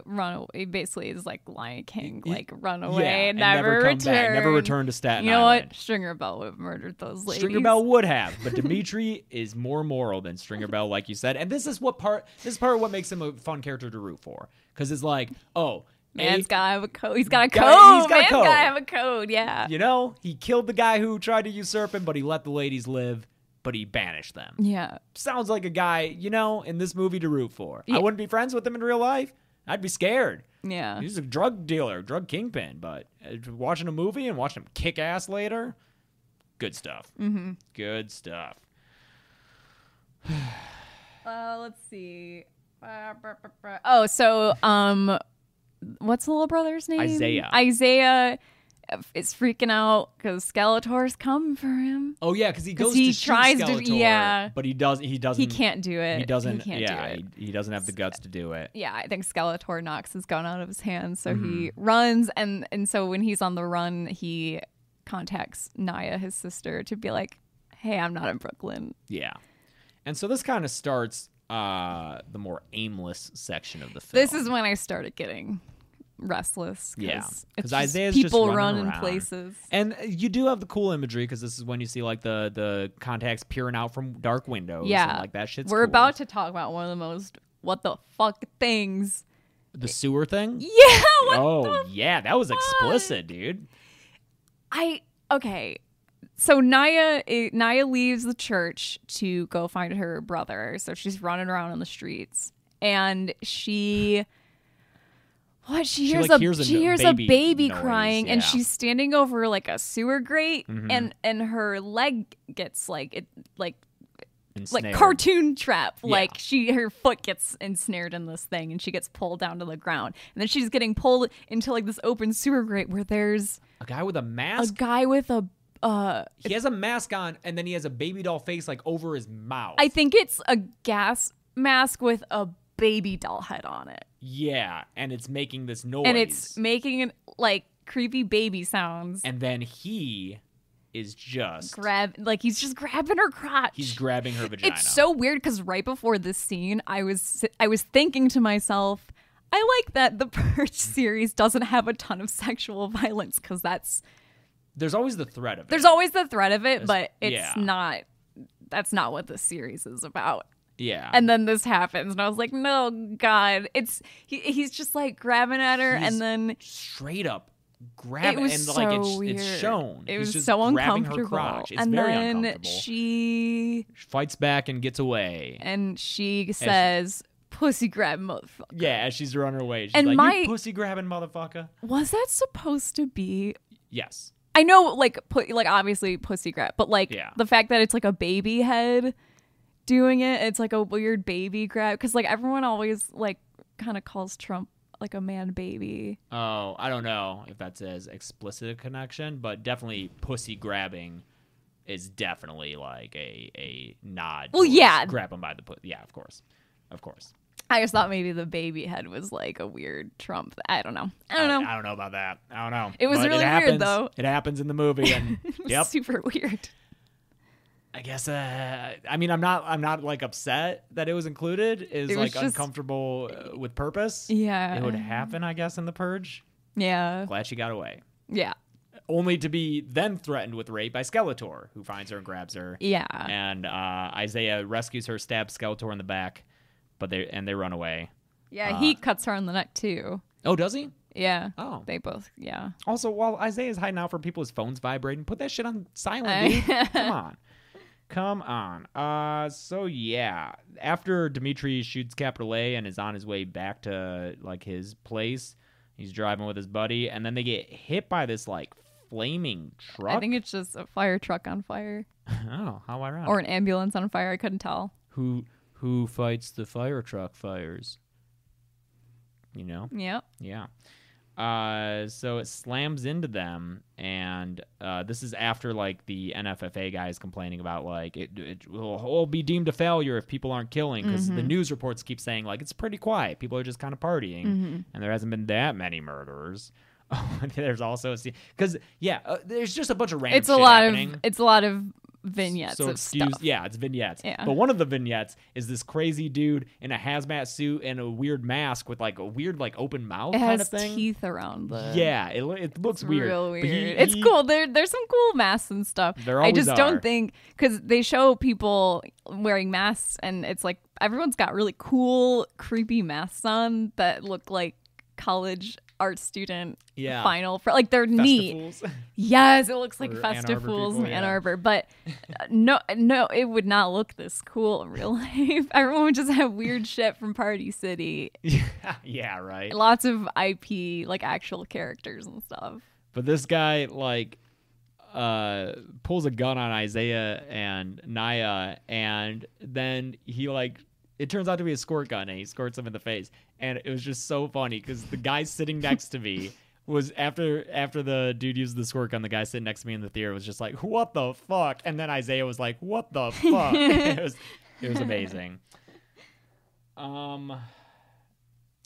run away. He basically is like Lion King, he- like run Yeah, away and and, never, come return. back, never return to Staten You know Island. what? Stringer Bell would have murdered those ladies. Stringer Bell would have, but Dimitri is more moral than Stringer Bell, like you said. And this is what part this is part of what makes him a fun character to root for. Because it's like, oh, Man's A- gotta have a code. He's got a Guy- code. he's got a Man's code. gotta have a code. Yeah. you know, he killed the guy who tried to usurp him, but he let the ladies live, but he banished them. Yeah. sounds like a guy, you know, in this movie to root for. I Yeah. wouldn't be friends with him in real life. I'd be scared. Yeah. He's a drug dealer, drug kingpin, but uh, watching a movie and watching him kick ass later, good stuff. Mm-hmm. Good stuff. Uh, let's see. Uh, br- br- br- Oh, so um, what's the little brother's name? Isaiah. Isaiah uh, is freaking out because Skeletor's come for him. Oh yeah, because he 'Cause goes he to shoot tries to- Skeletor, yeah. but he doesn't. He doesn't. He can't do it. Mm. He doesn't. He can't yeah, do it. He, he doesn't have the guts to do it. Yeah, I think Skeletor knocks his gun out of his hand, so he Mm-hmm. runs, and and so when he's on the run, he contacts Naya, his sister, to be like, "Hey, I'm not in Brooklyn." Yeah, and so this kind of starts uh the more aimless section of the film. This is when I started getting restless. Yeah, 'cause because it's Isaiah's just people running run in around. places. And you do have the cool imagery because this is when you see like the the contacts peering out from dark windows. Yeah. and, like that shit's. We're cool. about to talk about one of the most what the fuck things. the sewer thing. Yeah, what oh yeah, that was explicit, dude. I okay. so Naya eh, Naya leaves the church to go find her brother. So she's running around on the streets and she what she, hears, like, a, hears a she no- hears baby a baby noise, crying and yeah. Mm-hmm. she's standing over like a sewer grate and and her leg gets like it like like Ensnared. cartoon trap. Like she her foot gets ensnared in this thing and she gets pulled down to the ground. And then she's getting pulled into like this open sewer grate where there's A guy with a a mask. guy with a uh he has a mask on, and then he has a baby doll face like over his mouth. I think it's a gas mask with a baby doll head on it. yeah, and it's making this noise. And it's making an, like creepy baby sounds. and then he is just grab like he's just grabbing her crotch. he's grabbing her vagina. It's so weird because right before this scene, I was I was thinking to myself, I like that the Purge series doesn't have a ton of sexual violence because that's there's always the threat of it. there's always the threat of it, but it's yeah. not. That's not what this series is about. yeah, And then this happens, and I was like, "No, God!" It's he, he's just like grabbing at her, He's and then straight up grab it was and so like it's, weird. it's shown. It He's was just so grabbing uncomfortable. Her crotch. It's and very then uncomfortable. she fights back and gets away. and she says, "Pussy grab, motherfucker." yeah, as she's on her way, she's And like, my- "You pussy grabbing motherfucker." Was that supposed to be Yes, I know, like, put like obviously pussy grab, but like Yeah. the fact that it's like a baby head doing it, it's like a weird baby grab because like everyone always like kind of calls Trump like a man baby. Oh, I don't know if that's as explicit a connection, but definitely pussy grabbing is definitely like a a nod. Well, towards yeah. grab him by the pussy. Yeah, of course, of course. I just thought maybe the baby head was like a weird Trump. I don't know. I don't know. I, don't know about that. I don't know. It was But really weird, happens. though. It happens in the movie, and It was yep. super weird. I guess. Uh, I mean, I'm not. I'm not like upset that it was included. Is It was like just- uncomfortable uh, with purpose. Yeah. it would happen. I guess in the purge. Yeah. Glad she got away. Yeah. Only to be then threatened with rape by Skeletor, who finds her and grabs her. Yeah. and uh, Isaiah rescues her, stabs Skeletor in the back, but they and they run away. Yeah. he cuts her on the neck too. Oh, does he? Yeah. Uh, Oh. They both. Yeah. Also, while Isaiah's hiding out from people, his phone's vibrating. Put that shit on I- silent, dude. Come on. Come on. Uh, so yeah, after Dimitri shoots Capital A and is on his way back to like his place, he's driving with his buddy, and then they get hit by this like flaming truck. I think it's just a fire truck on fire oh, how ironic. or an ambulance on fire. I couldn't tell. who who fights the fire truck fires? You know. Yep. Yeah. Uh, so it slams into them, and uh, this is after like the NFFA guy is complaining about like it, it will all be deemed a failure if people aren't killing because Mm-hmm. the news reports keep saying like it's pretty quiet, people are just kind of partying, Mm-hmm. and there hasn't been that many murderers. there's also because yeah, uh, there's just a bunch of random. it's a shit lot happening. of it's a lot of vignettes So of excuse, stuff. yeah, it's vignettes. Yeah. But one of the vignettes is this crazy dude in a hazmat suit and a weird mask with like a weird like open mouth it kind has of thing. teeth around the. Yeah, it, lo- it looks It's weird. real but weird. he- it's he- cool. There, there's some cool masks and stuff. There I always just are. don't think because they show people wearing masks and it's like everyone's got really cool, creepy masks on that look like college art student Yeah. final for like they're neat. Festivals. Yes, it looks like Or Ann Festive Arbor Fools people, in Ann yeah. Arbor, but uh, no, no, it would not look this cool in real life. Everyone would just have weird shit from Party City. yeah, right. Lots of IP, like actual characters and stuff. But this guy like uh pulls a gun on Isaiah and Naya and then he like it turns out to be a squirt gun and he squirts him in the face and it was just so funny cuz the guy sitting next to me was after after the dude used the squirt gun the guy sitting next to me in the theater was just like what the fuck and then Isaiah was like what the fuck it was it was amazing um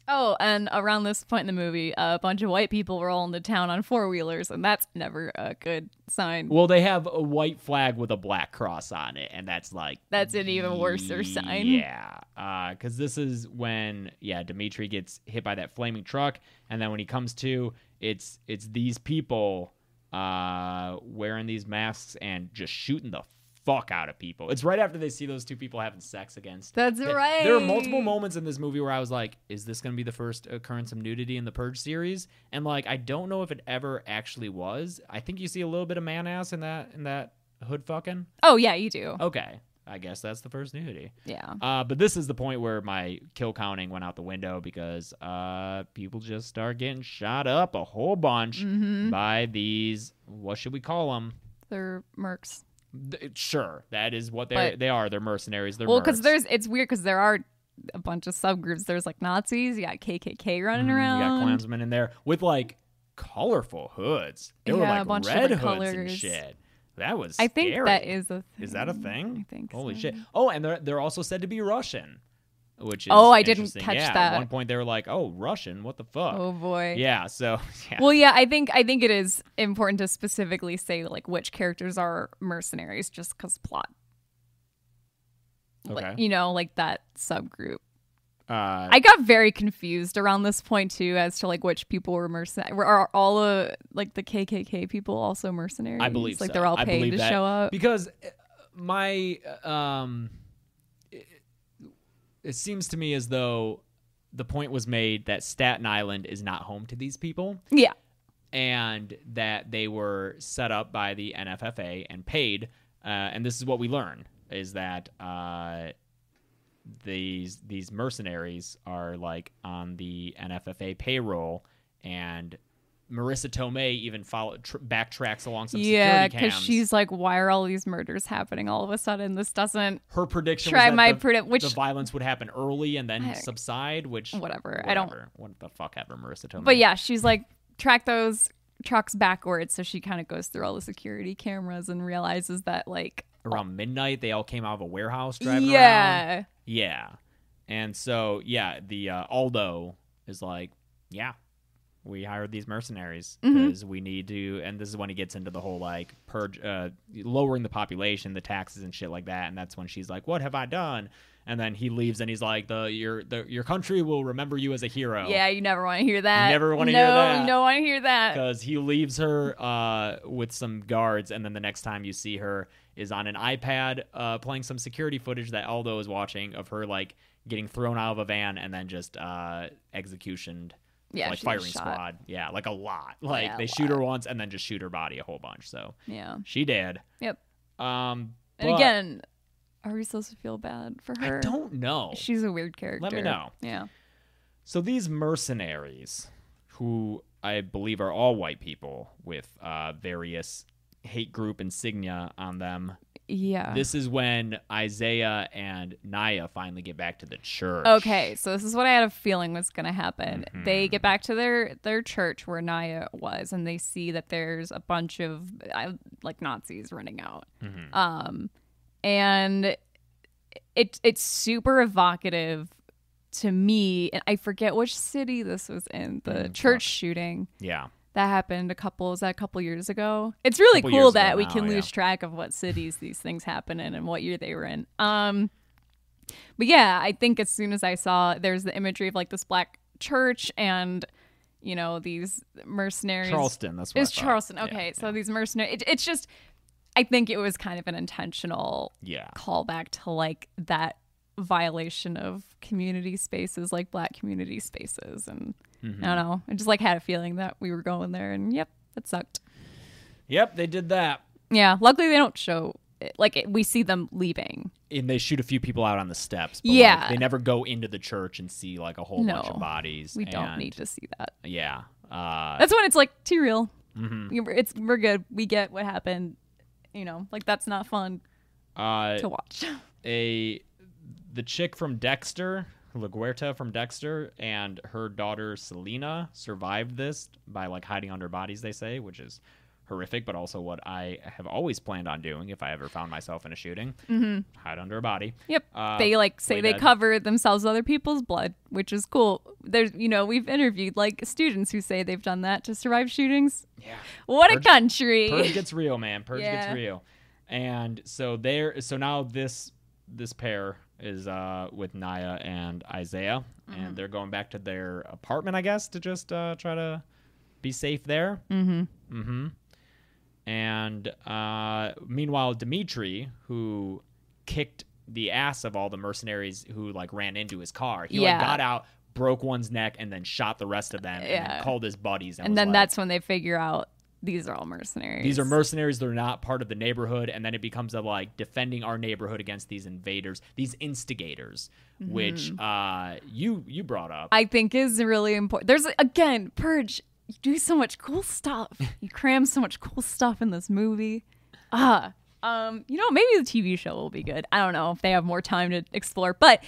Oh, and around this point in the movie, a bunch of white people roll into town on four wheelers, and that's never a good sign. Well, they have a white flag with a black cross on it, and that's like That's an even worser sign. Yeah, because this is when yeah Dimitri gets hit by that flaming truck, and then when he comes to, it's it's these people uh, wearing these masks and just shooting the fuck out of people. It's right after they see those two people having sex against. That's Th- right. There are multiple moments in this movie where I was like, is this going to be the first occurrence of nudity in the Purge series? And like I don't know if it ever actually was. I think you see a little bit of man ass in that in that hood fucking? Oh yeah, you do. Okay. I guess that's the first nudity. Yeah. Uh, but this is the point where my kill counting went out the window because uh, people just start getting shot up a whole bunch Mm-hmm. by these. What should we call them? They're mercs. Sure, that is what they But- they are. They're mercenaries. They're Well, because mercs. there's it's weird because there are a bunch of subgroups. There's like Nazis. You got KKK running Mm, You around. got Klansmen in there with like colorful hoods. They were Yeah, like a bunch of red different hoods and colors. shit. That was. I think scary. that is a. Thing. Is that a thing? I think Holy so. shit! Oh, and they're they're also said to be Russian, which is Oh, I didn't interesting. catch yeah, At that. one point, they were like, "Oh, Russian? What the fuck?" Oh boy. Yeah. So yeah. Well, yeah, I think I think it is important to specifically say like which characters are mercenaries, just because plot. Like, Okay. you know, like that subgroup. uh, I got very confused around this point too, as to like which people were mercenaries. Are all uh, like the KKK people also mercenaries? I believe like so. they're all I paid believe to that show up. because uh, my uh, um, it- it seems to me as though the point was made that Staten Island is not home to these people. yeah, and that they were set up by the NFFA and paid. Uh, and this is what we learn: is that uh, these these mercenaries are like on the NFFA payroll, and Marissa Tomei even follow tr- backtracks along some yeah, security because cams. she's like, why are all these murders happening all of a sudden? This doesn't. her prediction Try was that my the, predi- which- the violence would happen early and then I- subside, which Whatever, I don't- whatever. what the fuck ever, Marissa Tomei. But yeah, she's like track those trucks backwards, so she kind of goes through all the security cameras and realizes that like around midnight they all came out of a warehouse driving around. yeah. Yeah. And so, yeah, the uh, Aldo is like, yeah, we hired these mercenaries because we need to. And this is when he gets into the whole like purge, uh, lowering the population, the taxes and shit like that. And that's when she's like, what have I done? And then he leaves and he's like, the your the, your country will remember you as a hero. Yeah, you never want to hear that. never wanna no, hear that. You don't want to hear that. Because he leaves her uh, with some guards, and then the next time you see her is on an iPad uh, playing some security footage that Aldo is watching of her like getting thrown out of a van and then just uh, executioned. Yeah, like she was firing shot. squad. Yeah, like a lot. Like Yeah, a they shoot her once and then just shoot her body a whole bunch. So Yeah. she did. Yep. Um, And but again, are we supposed to feel bad for her? I don't know. She's a weird character. know. Yeah. So these mercenaries, who I believe are all white people with uh, various hate group insignia on them, Yeah. this is when Isaiah and Naya finally get back to the church. Okay, so this is what I had a feeling was going to happen. Mm-hmm. They get back to their their church where Naya was, and they see that there's a bunch of uh, like Nazis running out, Mm-hmm. um, and it it's super evocative to me. And I forget which city this was in Mm, the church shooting Yeah. that happened a couple is that a couple years ago. It's really Couple years cool ago that we now, can yeah. lose track of what cities these things happen in and what year they were in. Um but yeah, I think as soon as I saw there's the imagery of like this black church and you know these mercenaries Charleston. That's what I It's thought. Charleston. Yeah, Okay. so these mercenaries it, it's just I think it was kind of an intentional Yeah. callback to like that violation of community spaces like black community spaces and Mm-hmm. i don't know i just like had a feeling that we were going there and yep that sucked Yep, they did that. yeah luckily they don't show it. like it, we see them leaving And they shoot a few people out on the steps. But Yeah. Like, they never go into the church and see like a whole bunch No. of bodies. we don't and- need to see that Yeah. Uh, mm-hmm. that's when it's like too real We're- it's we're good we get what happened you know like that's not fun uh, to watch a the chick from Dexter, LaGuerta from Dexter, and her daughter Selena survived this by like hiding under bodies. They say, which is horrific, but also what I have always planned on doing if I ever found myself in a shooting: hide under a body. Yep. Uh, Mm-hmm. they like say play they dead. cover themselves with other people's blood, which is cool. There's you know, we've interviewed like students who say they've done that to survive shootings. Yeah. What Purge- a country. Purge gets real, man. Purge Yeah. gets real. And so there so now this this pair is uh with Naya and Isaiah Mm-hmm. and they're going back to their apartment, I guess, to just uh try to be safe there. Mm-hmm. Mm-hmm. And uh meanwhile Dimitri, who kicked the ass of all the mercenaries who like ran into his car, he Yeah. like got out broke one's neck and then shot the rest of them and Yeah. then called his buddies and, and was then like, that's when they figure out these are all mercenaries. These are mercenaries that are not part of the neighborhood, and then it becomes a like defending our neighborhood against these invaders, these instigators, which uh, you you brought up. Mm-hmm. I think is really important. There's again, Purge. You do so much cool stuff. You cram so much cool stuff in this movie. Ah, um, you know, maybe the TV show will be good. I don't know if they have more time to explore, but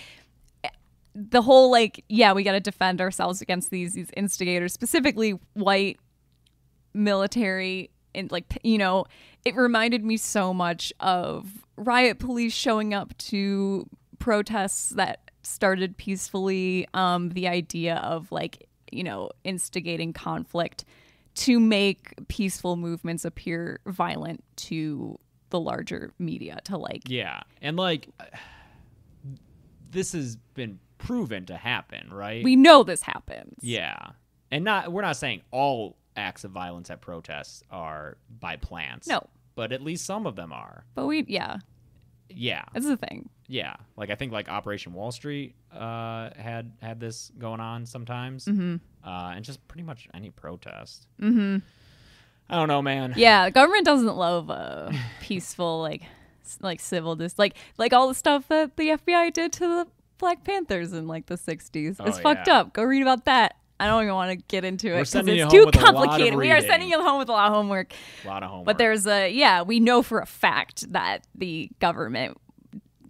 the whole like, yeah, we got to defend ourselves against these these instigators, specifically white military and like p- you know it reminded me so much of riot police showing up to protests that started peacefully um the idea of like you know instigating conflict to make peaceful movements appear violent to the larger media to like yeah, and like this has been proven to happen, right? we know this happens yeah, and not we're not saying all acts of violence at protests are by plants. No. but at least some of them are. but we yeah Yeah, that's the thing yeah. Like I think like Operation Wall Street uh, had had this going on sometimes, Mm-hmm. uh, and just pretty much any protest. Mm-hmm. I don't know, man. yeah the government doesn't love uh, peaceful like s- like civil dis like like all the stuff that the fbi did to the black panthers in like the 60s it's Oh, fucked yeah. up go read about that i don't even want to get into it 'cause sending you it's home too with a lot of complicated we are reading. sending you home with a lot of homework A lot of homework. but there's a yeah we know for a fact that the government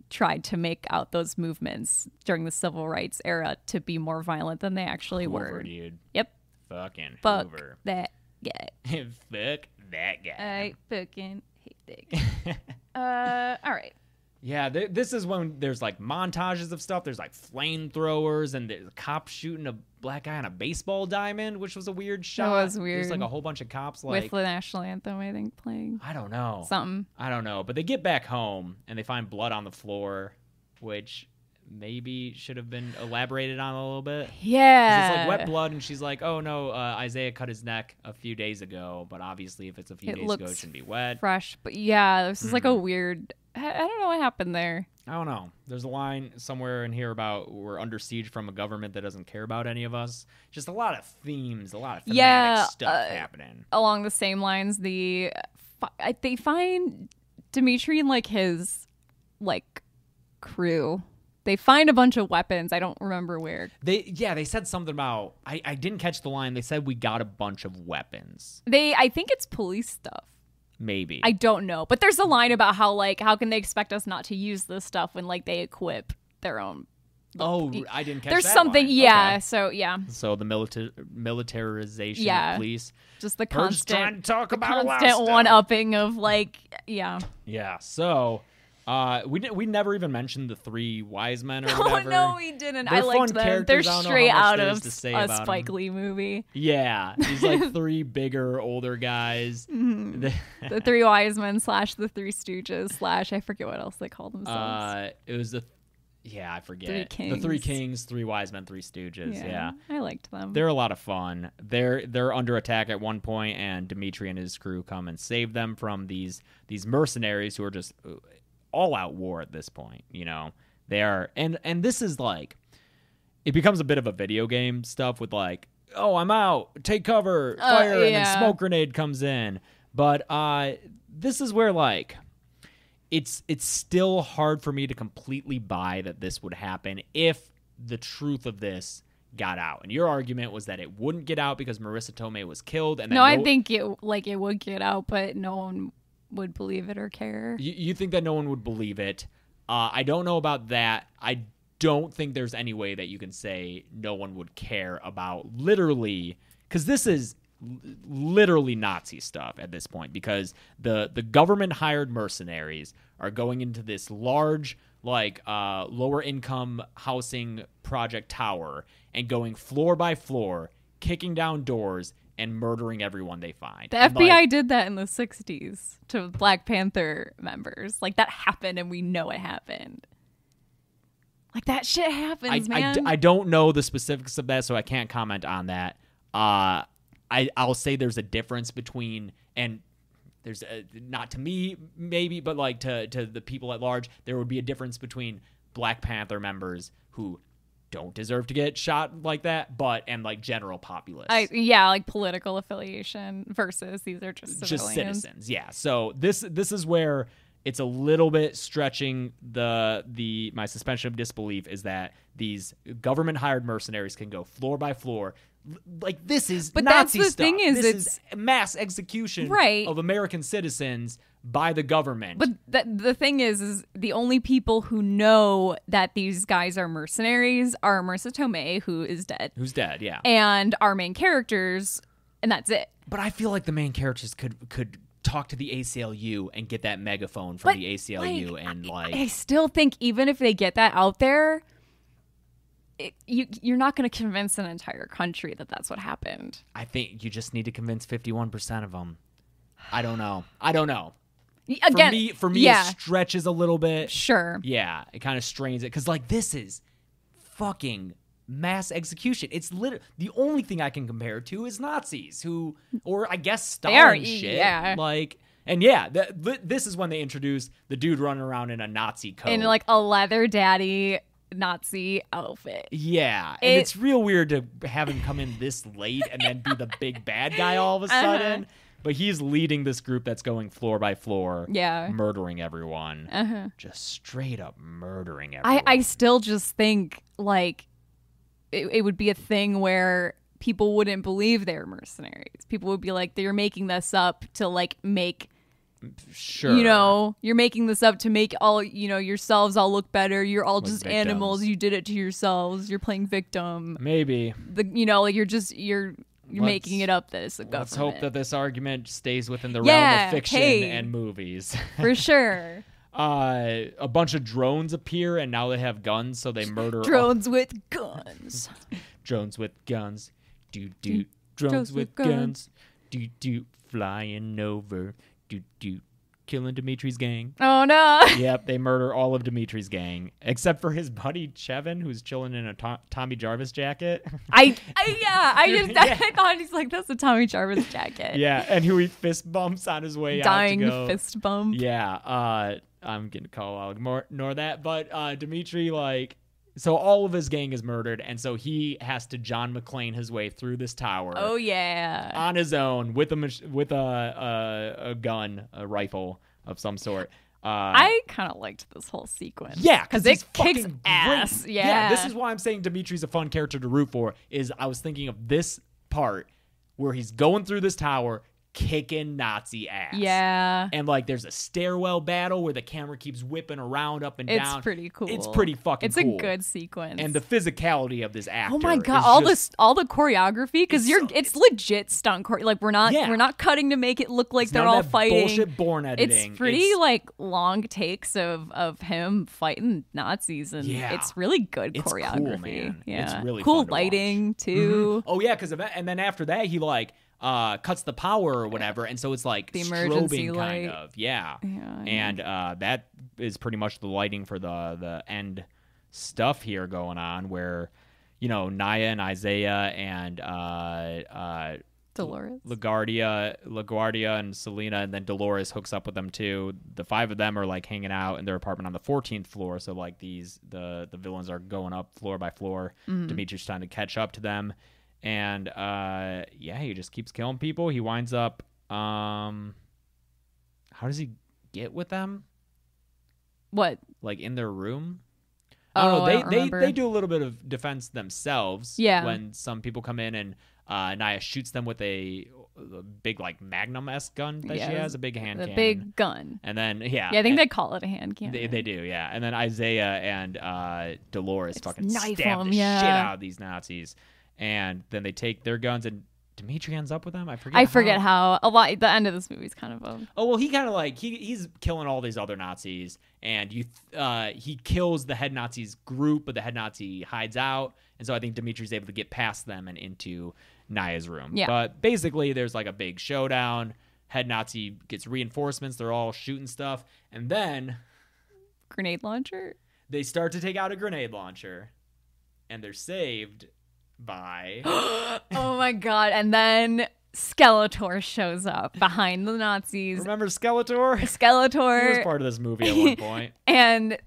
tried to make out those movements during the civil rights era to be more violent than they actually Hoover, were dude. yep Fucking fuck Hoover. that guy Fuck that guy. I fucking hate that guy. uh, all right. Yeah, th- this is when there's like montages of stuff. There's like flamethrowers and the cops shooting a black guy on a baseball diamond, which was a weird shot. was There's like weird. a whole bunch of cops With like Oh. the national anthem, I think playing I don't know. something. I don't know, but they get back home and they find blood on the floor, which maybe should have been elaborated on a little bit. 'Cause Yeah. It's like wet blood, and she's like, "Oh no, uh, Isaiah cut his neck a few days ago." But obviously, if it's a few It days ago, it looks shouldn't be wet. Fresh, but yeah, this is like Mm-hmm. a weird. I, I don't know what happened there. I don't know. There's a line somewhere in here about we're under siege from a government that doesn't care about any of us. Just a lot of themes, a lot of thematic Yeah, stuff uh, happening. Along the same lines, the fi- I- they find Dimitri and like his like crew. They find a bunch of weapons. I don't remember where. They yeah, they said something about I, I didn't catch the line. They said we got a bunch of weapons. They I think it's police stuff. Maybe. I don't know, but there's a line about how like how can they expect us not to use this stuff when like they equip their own. oh, I didn't catch there's that something, line. yeah. Okay. So yeah, So the milita- militarization Yeah. of police. just the Purge's trying to constant, talk about a lot of constant stuff. one upping of like yeah. Yeah. So uh, we did, we never even mentioned the three wise men or Oh whatever. no, we didn't. I They're liked fun them. They're characters. I don't know how straight much out there is of to a say about 'em. Spike Lee movie. Yeah, these like three bigger, older guys. Mm-hmm. The- The Three Wise Men slash the Three Stooges slash I forget what else they call themselves. uh, it was the yeah, I forget Three the three Kings. kings, three wise men, three stooges. Yeah. I liked them. they're a lot of fun. They're they're under attack at one point, and Dimitri and his crew come and save them from these these mercenaries who are just uh, all out war at this point. You know, they are, and and this is like it becomes a bit of a video game stuff with like, oh, I'm out, take cover, Uh, fire, and then yeah. smoke grenade comes in. But uh, this is where like it's it's still hard for me to completely buy that this would happen if the truth of this got out. And your argument was that it wouldn't get out because Marissa Tomei was killed. And that no, I think it like it would get out, but no one would believe it or care. you, you think that no one would believe it. Uh, I don't know about that. I don't think there's any way that you can say no one would care about literally because this is l- literally Nazi stuff at this point because the the government hired mercenaries are going into this large like uh, lower income housing project tower and going floor by floor, kicking down doors and murdering everyone they find. The And, FBI like, did that in the 60s to Black Panther members. Like that happened and we know it happened. Like that shit I- I, happens, man. d- I don't know the specifics of that, so I can't comment on that. Uh, I I'll say there's a difference between and there's a, not to me maybe, but like to to the people at large, there would be a difference between Black Panther members who don't deserve to get shot like that, but and like general populace. I, yeah, like political affiliation versus these are just civilians. just citizens. Yeah. So this this is where it's a little bit stretching the the my suspension of disbelief is that these government hired mercenaries can go floor by floor. L- Like this is But that's Nazi the stuff. thing is this it's- is mass execution Right. of American citizens by the government. But the, the thing is, is the only people who know that these guys are mercenaries are Marissa Tomei, who is dead, who's dead? Yeah. and our main characters, and that's it. but I feel like the main characters could could talk to the ACLU and get that megaphone from But, the ACLU like, and I- like I still think even if they get that out there, it, you you're not going to convince an entire country that that's what happened. I think you just need to convince 51% of them. I don't know. I don't know. Y- For Again, me, for me, yeah, it stretches a little bit. sure, Yeah, it kind of strains it because like this is fucking mass execution. It's literally the only thing I can compare it to is Nazis who, or I guess Stalin are, e, shit. yeah. Like, and yeah, th- th- this is when they introduce the dude running around in a Nazi coat. in like a leather daddy Nazi outfit. Yeah, and It- it's real weird to have him come in this late and then be the big bad guy all of a Uh-huh. sudden. But he's leading this group that's going floor by floor, Yeah. murdering everyone, uh-huh. just straight up murdering everyone. I, I still just think like it, it would be a thing where people wouldn't believe they're mercenaries. People would be like, they're making this up to like make sure, you know, you're making this up to make all you know yourselves all look better. You're all just animals. victims. You did it to yourselves. You're playing victim. maybe. The you know, like you're just you're you're making Let's- it up that it's the government. Let's hope that this argument stays within the realm Yeah, of fiction hey. and movies. for sure. uh, a bunch of drones appear, and now they have guns, so they murder all- Drones with guns. drones with guns, do do drones with with guns, do do flying over, do do killing Dimitri's gang. Oh no. Yep, they murder all of Dimitri's gang except for his buddy Chevin, who's chilling in a to- Tommy Jarvis jacket. I, I yeah, I just Yeah. I thought he's like that's a Tommy Jarvis jacket. yeah, and who he fist bumps on his way Dying out to go. fist bump. Yeah, uh, I'm gonna call Alec more nor that, but uh, Dimitri like. So all of his gang is murdered, and so he has to John McClane his way through this tower. Oh yeah. on his own with a mach- with a, a a gun, a rifle of some sort. Uh, I kind of liked this whole sequence. yeah, because because it kicks fucking great. ass. Yeah. this is why I'm saying Dimitri's a fun character to root for. Is I was thinking of this part where he's going through this tower, kicking Nazi ass. Yeah. And like, there's a stairwell battle where the camera keeps whipping around up and It's down. pretty cool. It's pretty fucking. It's cool. a good sequence. And the physicality of this actor. Oh my god! is All just- this, all the choreography, because It's you're, so- it's legit stunt chore. Like we're not, Yeah. we're not cutting to make it look like it's they're none all of that fighting. Bullshit, born editing. It's pretty It's- like long takes of of him fighting Nazis, and Yeah. it's really good It's cool, choreography. man. Yeah, It's really cool fun to watch. lighting too. Oh yeah, because and then after that he like uh cuts the power or whatever, and so it's like The emergency strobing light. kind of yeah. Yeah, and uh, that is pretty much the lighting for the the end stuff here going on where you know Naya and Isaiah and uh uh Dolores. LaGuardia, LaGuardia and Selena, and then Dolores hooks up with them too. The five of them are like hanging out in their apartment on the 14th floor. So like these, the the villains are going up floor by floor. Dimitri's trying to catch up to them, and uh, yeah, he just keeps killing people. He winds up. Um, how does he get with them? What? Like in their room? Oh, I They don't they remember. they do a little bit of defense themselves. Yeah. When some people come in and uh, Naya shoots them with a, a big like Magnum esque gun that Yeah, she has, a big hand The cannon. big gun. And then yeah, Yeah, I think and- they call it a hand cannon. they, they do, yeah. And then Isaiah and uh, Dolores fucking knife stab them, the yeah. shit out of these Nazis, and then they take their guns and Dimitri ends up with them. I forget. I forget how. a lot. The end of this movie is kind of a. Oh well, he kind of like he he's killing all these other Nazis, and you th- uh, he kills the head Nazi's group, but the head Nazi hides out, and so I think Dimitri's able to get past them and into Naya's room. Yeah. But basically, there's like a big showdown. Head Nazi gets reinforcements. They're all shooting stuff, and then grenade launcher. they start to take out a grenade launcher, and they're saved by Oh my god! And then Skeletor shows up behind the Nazis. remember Skeletor. He was Skeletor part of this movie at one point. and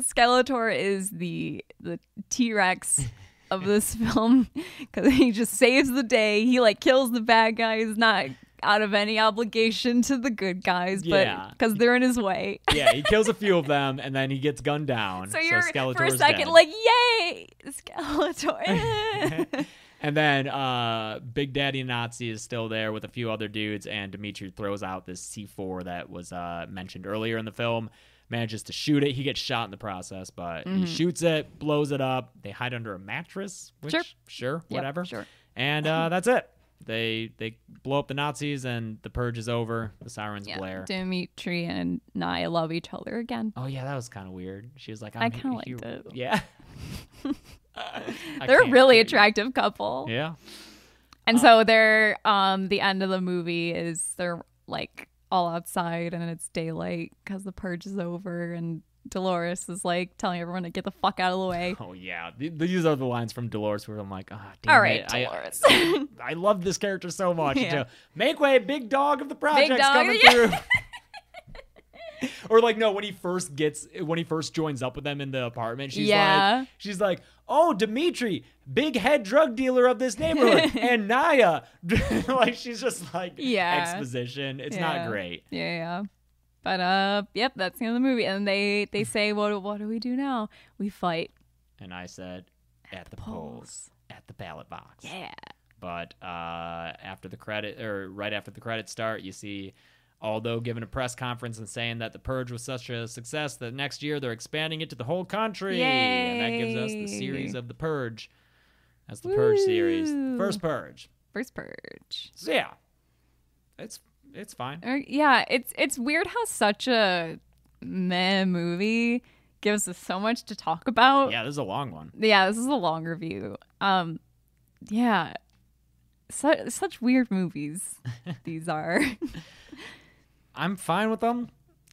Skeletor is the the T Rex of this film because he just saves the day. He like kills the bad guys, not out of any obligation to the good guys, Yeah. but because they're in his way. Yeah, he kills a few of them and then he gets gunned down. So you're for a Skeletor's second dead. like, yay, Skeletor. And then uh, Big Daddy Nazi is still there with a few other dudes, and Dimitri throws out this C4 that was uh, mentioned earlier in the film. Manages to shoot it. He gets shot in the process, but Mm-hmm. he shoots it, blows it up. They hide under a mattress, which Sure. sure, whatever. sure. Mm-hmm. And uh, that's it. They they blow up the Nazis, and the purge is over. The sirens blare. Dimitri and Naya love each other again. Oh yeah, that was kind of weird. She was like, I'm I he- kinda he- liked it. Yeah, I They're a can't really hear you. attractive couple. Yeah, And so they're um the end of the movie is they're like all outside and it's daylight because the purge is over and Dolores is like telling everyone to get the fuck out of the way. Oh yeah, Th- these are the lines from Dolores where I'm like, ah, damn All right, it. I- Dolores. I love this character so much. Yeah. until, Make way, big dog of the project's dog, coming yeah. through. or like no, when he first gets when he first joins up with them in the apartment, she's Yeah. like she's like, "Oh, Dimitri, big head drug dealer of this neighborhood, and Naya." like she's just like Yeah. exposition. It's Yeah. not great. Yeah, yeah. But uh, yep, that's the end of the movie. And they they say, what what do we do now? We fight. And I said, "At, the polls, polls. at the ballot box." Yeah. But uh, after the credit, or right after the credits start, you see Aldo giving a press conference and saying that the purge was such a success that next year they're expanding it to the whole country, and that gives us the Yay. series of the purge. That's the purge series, Woo. first purge. First purge. So yeah, it's it's fine. Or, yeah, it's it's weird how such a meh movie gives us so much to talk about. Yeah, this is a long one. Yeah, this is a long review. Um, yeah, Su- such weird movies these are. I'm fine with them.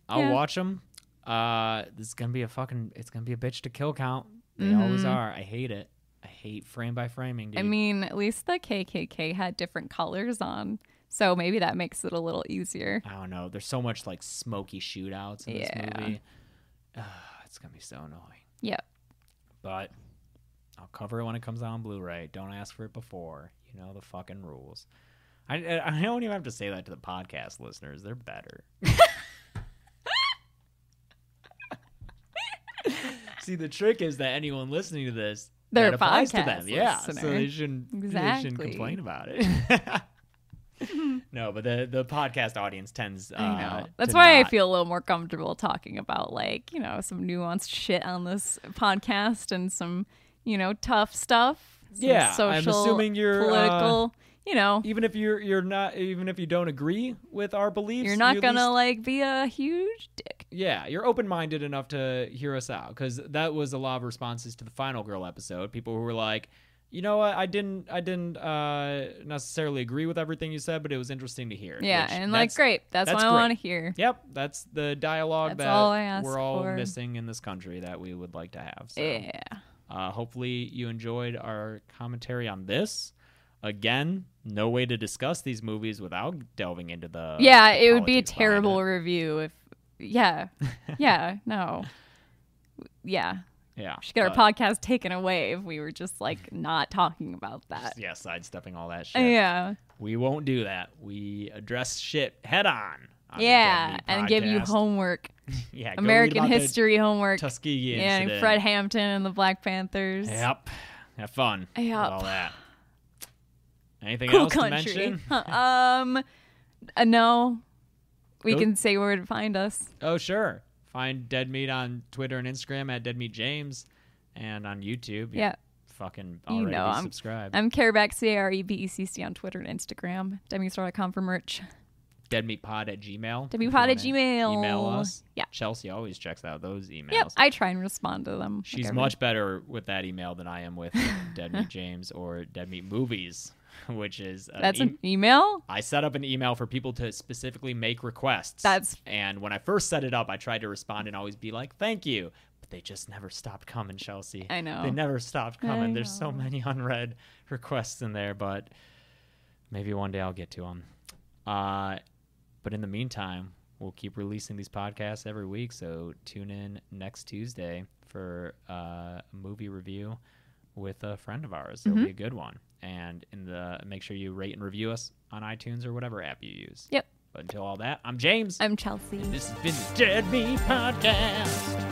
I'll 'em. Yeah. watch them. Uh, this is gonna be a fucking. It's gonna be a bitch to kill count. They always are. I hate it. I hate frame by framing. Dude. Mm-hmm. I mean, at least the KKK had different colors on, so maybe that makes it a little easier. I don't know. There's so much like smoky shootouts in this Yeah. movie. Ugh, it's gonna be so annoying. Yep. But I'll cover it when it comes out on Blu-ray. Don't ask for it before. You know the fucking rules. I I I don't even have to say that to the podcast listeners. They're better. See, the trick is that anyone listening to this They're that a applies to podcast them. Yeah, so listener. they shouldn't they shouldn't Exactly. complain about it. no, but the the podcast audience tends. Uh, I know. That's to why I not- feel a little more comfortable talking about like, you know, some nuanced shit on this podcast and some, you know, tough stuff. some Yeah, I'm social, assuming you're, uh, political, you know, even if you're you're not even if you don't agree with our beliefs you're not you at gonna least- like be a huge dick. yeah you're open-minded enough to hear us out because that was a lot of responses to the final girl episode people who were like you know what i didn't i didn't uh necessarily agree with everything you said but it was interesting to hear Yeah, which and like that's- great. That's, that's what I want great. to hear. yep that's the dialogue That's that all I ask we're all for. missing in this country that we would like to have so. Yeah. Uh, hopefully, you enjoyed our commentary on this. Again, no way to discuss these movies without delving into the. yeah, the it would be a politics behind terrible it. review if yeah. Yeah, no. Yeah. Yeah. We should get but- our podcast taken away if we were just like not talking about that. Yeah, sidestepping all that shit. Yeah. We won't do that. We address shit head on. on the Yeah, Deadbeat and give you Podcast. homework, Yeah, go read American about the history homework. Tuskegee yeah, incident. and Fred Hampton and the Black Panthers. Yep. Have fun. with Yep. all that. Anything Cool else to country. mention? Huh, um, uh, no, we Go- can say where to find us. Oh, sure. Find Dead Meat on Twitter and Instagram at Dead Meat James and on YouTube. you Yeah. Fucking You already know I'm- subscribed. I'm Careback, C A R E B E C C on Twitter and Instagram. Demistore.com for merch. Deadmeatpod at Gmail. Deadmeatpod if you wanna at Gmail. Email us. Yeah. Chelsea always checks out those emails. Yep, I try and respond to them. like She's every- much better with that email than I am with Dead Meat James or Dead Meat Movies, which is an That's em- an email. I set up an email for people to specifically make requests. That's- and when I first set it up, I tried to respond and always be like, "Thank you," but they just never stopped coming, Chelsea. I know. they never stopped coming. I There's so many unread requests in there, but maybe one day I'll get to them. Uh, but in the meantime, we'll keep releasing these podcasts every week. So tune in next Tuesday for uh, a movie review with a friend of ours. It'll be a good one. And in the make sure you rate and review us on iTunes or whatever app you use. Yep. But until all that, I'm James. I'm Chelsea. this has been the Dead Me Podcast.